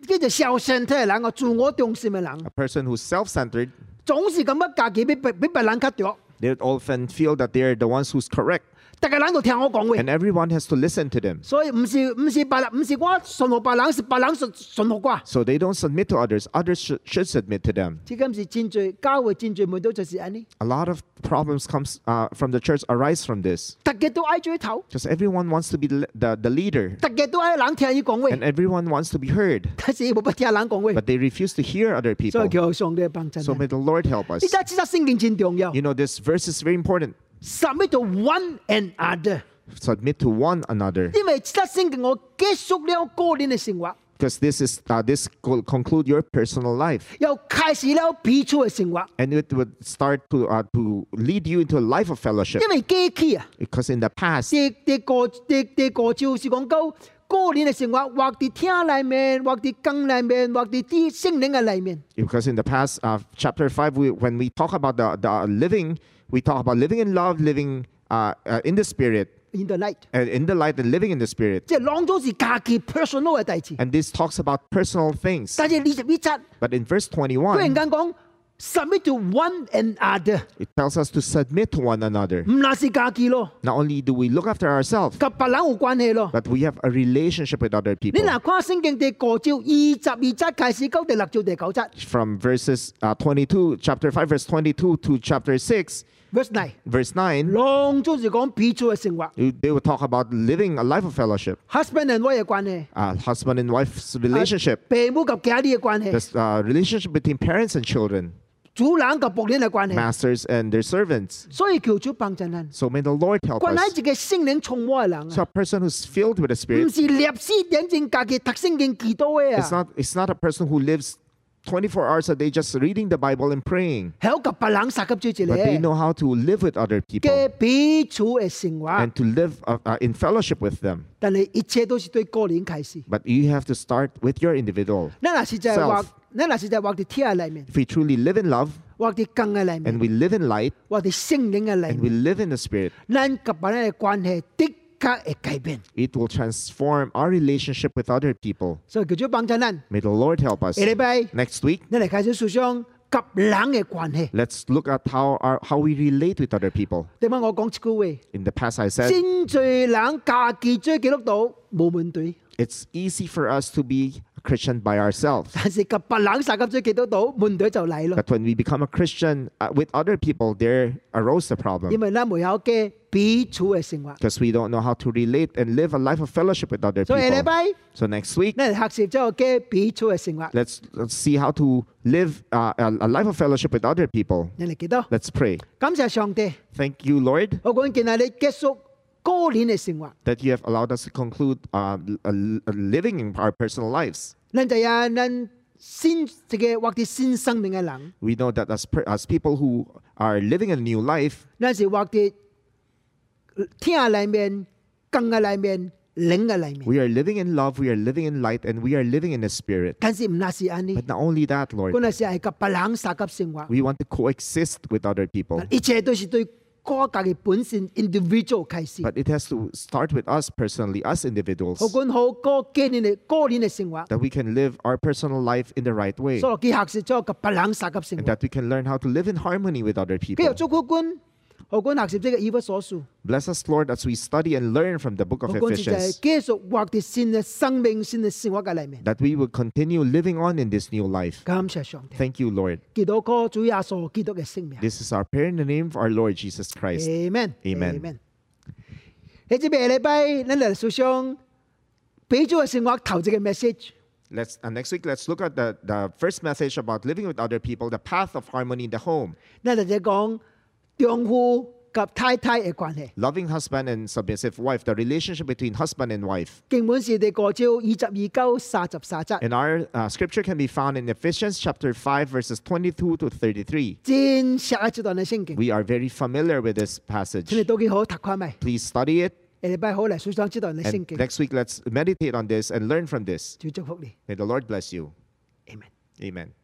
Speaker 1: 叫做小身體嘅人啊，自我中心嘅人
Speaker 2: a，person who's self centered,
Speaker 1: 總是感覺自己比別比別人較弱，
Speaker 2: they would often feel that they're the ones who's correct,
Speaker 1: 大家人都聽我講話
Speaker 2: and。everyone has to listen to them.
Speaker 1: 所以唔是唔是白人，唔是我順服白人，是白人順順服我。
Speaker 2: So they don't submit to others, others should, should submit to them.
Speaker 1: 即今是真罪，教會真罪門都就是安尼，
Speaker 2: A lot of problems comes uh, from the church arise from this.
Speaker 1: 大家都愛追頭，
Speaker 2: Just everyone wants to be the, the, the leader
Speaker 1: 大家都愛人聽伊講
Speaker 2: and
Speaker 1: 話，
Speaker 2: everyone wants to be heard,
Speaker 1: 但是伊冇不聽人講話，
Speaker 2: but they refuse to hear other
Speaker 1: 所
Speaker 2: people.
Speaker 1: 以叫上帝啊幫襯
Speaker 2: So
Speaker 1: 咱。
Speaker 2: may
Speaker 1: 呢
Speaker 2: the Lord help us.
Speaker 1: 只知識聖經真重要
Speaker 2: You know, this verse is very important.
Speaker 1: ，submit to one and other，
Speaker 2: Submit to one another
Speaker 1: 因為知識聖經我結束了個人嘅生活。
Speaker 2: because this is uh, this will conclude your personal life
Speaker 1: 又開始了彼此嘅生活，
Speaker 2: and it would start to uh, to lead you into a life of fellowship
Speaker 1: 因為過去啊，
Speaker 2: because in the past
Speaker 1: 啲啲過啲啲過招是講到個人嘅生活，或啲廳裏面，或啲更裏面，或啲啲聖靈嘅裏面，
Speaker 2: because in the past uh, chapter 5 we, when we talk about the, the uh, living we talk about living in love living uh, uh, in the spirit
Speaker 1: in the light，
Speaker 2: and in the light and living in the spirit
Speaker 1: 即係當咗是家己 personal 嘅代志。
Speaker 2: and this talks about personal things
Speaker 1: 但係二十一節，
Speaker 2: but in verse
Speaker 1: 忽然
Speaker 2: 21
Speaker 1: 間講 submit to one and other，
Speaker 2: it tells us to submit to one another
Speaker 1: 唔那是家己咯，
Speaker 2: not only do we look after ourselves
Speaker 1: 及別人有關係咯。
Speaker 2: but we have a relationship with other
Speaker 1: 你
Speaker 2: people
Speaker 1: 嗱看聖經第過招二十二節開始到第六章第九節
Speaker 2: from verses uh, 22 chapter 5 verse 22 to chapter 6
Speaker 1: ，verse nine，
Speaker 2: verse 9
Speaker 1: 當中是講彼此嘅生活
Speaker 2: you- they will talk about living a life of fellowship
Speaker 1: ，husband and wife 嘅關係。
Speaker 2: uh, husband and wife's relationship
Speaker 1: 父母及家啲嘅關係，
Speaker 2: this uh, relationship between parents and children,
Speaker 1: 主人及僕人嘅關係，
Speaker 2: masters and their servants.
Speaker 1: 所以叫主幫襯人。
Speaker 2: So may the Lord help
Speaker 1: 關喺
Speaker 2: us.
Speaker 1: 自己聖靈充滿嘅人
Speaker 2: So
Speaker 1: 啊，
Speaker 2: a person who's filled with the
Speaker 1: 唔
Speaker 2: Spirit,
Speaker 1: 是立師點正格嘅特聖經幾多嘅
Speaker 2: it's
Speaker 1: 啊，
Speaker 2: not it's not a person who lives 24 hours a day just reading the Bible and praying,
Speaker 1: 係有及白冷殺及追住
Speaker 2: but they
Speaker 1: 你
Speaker 2: know how to live with other people
Speaker 1: 嘅彼此嘅生活，
Speaker 2: and to live uh, uh, in fellowship with them.
Speaker 1: 但係一切都是對個人開始。
Speaker 2: But you have to start with your individual.
Speaker 1: 你嗱是就係話
Speaker 2: Self，
Speaker 1: 你嗱是就係話啲天嘅裏面，
Speaker 2: If we truly live in love
Speaker 1: 或啲更嘅裏
Speaker 2: and
Speaker 1: 面，
Speaker 2: we live in light
Speaker 1: 或啲聖靈嘅裏
Speaker 2: and we
Speaker 1: 面，
Speaker 2: live in the Spirit,
Speaker 1: 咱及白人嘅關係的確會改變。
Speaker 2: it will transform our relationship with other people.
Speaker 1: 所以叫主幫襯人，
Speaker 2: May the Lord help us.
Speaker 1: Hey, everybody.
Speaker 2: Next week,
Speaker 1: 你嚟開始思想及冷嘅關係。
Speaker 2: let's look at how our, how we relate with other people.
Speaker 1: 點解我講一句話？
Speaker 2: In the past, I said
Speaker 1: 真最冷嫁記追基督徒冇問題，
Speaker 2: it's easy for us to be a Christian by ourselves,
Speaker 1: 但是及白冷殺咁追基督徒問題就嚟咯，
Speaker 2: but when we become a Christian uh, with other people, there arose the
Speaker 1: 因
Speaker 2: problem
Speaker 1: 為咱沒有嘅彼此嘅生活。
Speaker 2: because we don't know how to relate and live a life of fellowship with other
Speaker 1: 所以下禮
Speaker 2: people.
Speaker 1: 拜，
Speaker 2: So next week,
Speaker 1: 你學習咗嘅彼此嘅生活，
Speaker 2: let's, let's see how to live uh, a, a life of fellowship with other people.
Speaker 1: 你嚟祈禱。
Speaker 2: Let's pray.
Speaker 1: 感謝上帝，
Speaker 2: Thank you, Lord,
Speaker 1: 我講見下你結束高年嘅生活，
Speaker 2: that you have allowed us to conclude uh, a, a living in our personal lives.
Speaker 1: 咱就有咱新一個或者新生命嘅人，
Speaker 2: We know that as, per, as people who are living a new life,
Speaker 1: 咱是或者天嘅裏面、更嘅裏面、靈嘅裏面，
Speaker 2: we are living in love, we are living in light, and we are living in the spirit.
Speaker 1: 但是唔那是安尼
Speaker 2: But，not only that,
Speaker 1: 嗰
Speaker 2: Lord,
Speaker 1: 陣時係及白冷殺咁生活。
Speaker 2: we want to coexist with other people.
Speaker 1: 一切都是對國家嘅本身 individual 開始。
Speaker 2: But it has to start with us personally, us individuals,
Speaker 1: 好管好個幾年嘅個人嘅生活，
Speaker 2: that we can live our personal life in the right way,
Speaker 1: 所羅基學識咗個白冷殺嘅生
Speaker 2: and
Speaker 1: 活。
Speaker 2: that we can learn how to live in harmony with other
Speaker 1: 佢又
Speaker 2: people.
Speaker 1: 做嗰官互阮学习这个以弗所书，
Speaker 2: Bless us, Lord, as we study and learn from the book
Speaker 1: 互
Speaker 2: of
Speaker 1: 阮就係
Speaker 2: Ephesians,
Speaker 1: 繼續活伫新嘅生命、新嘅生活嘅裏面。
Speaker 2: that we will continue living on in this new life.
Speaker 1: 感謝上帝，
Speaker 2: Thank you, Lord.
Speaker 1: 基督靠主耶穌基督嘅聖名。
Speaker 2: This is our prayer in the name of our Lord Jesus Christ.
Speaker 1: Amen.
Speaker 2: Amen.
Speaker 1: 喺即個禮拜，咱嚟思想俾咗個生活頭一個 message。
Speaker 2: Let's uh, next week. Let's look at the, the first message about living with other people, the path of harmony in the home,
Speaker 1: 咱就係講丈夫及太太嘅關係。
Speaker 2: loving husband and submissive wife, the relationship between husband and wife.
Speaker 1: 經本是第個招二十二九三十三則，
Speaker 2: And our uh, scripture can be found in Ephesians chapter five, verses twenty-two to thirty-three.
Speaker 1: 真熟一段嘅聖經。
Speaker 2: We are very familiar with this passage.
Speaker 1: 請你到幾好讀下咪？
Speaker 2: Please study it.
Speaker 1: 下禮拜好嚟思想呢段嘅聖
Speaker 2: And
Speaker 1: 經，
Speaker 2: next week, let's meditate on this and learn from this.
Speaker 1: 主祝福你。
Speaker 2: May the Lord bless you.
Speaker 1: Amen.
Speaker 2: Amen.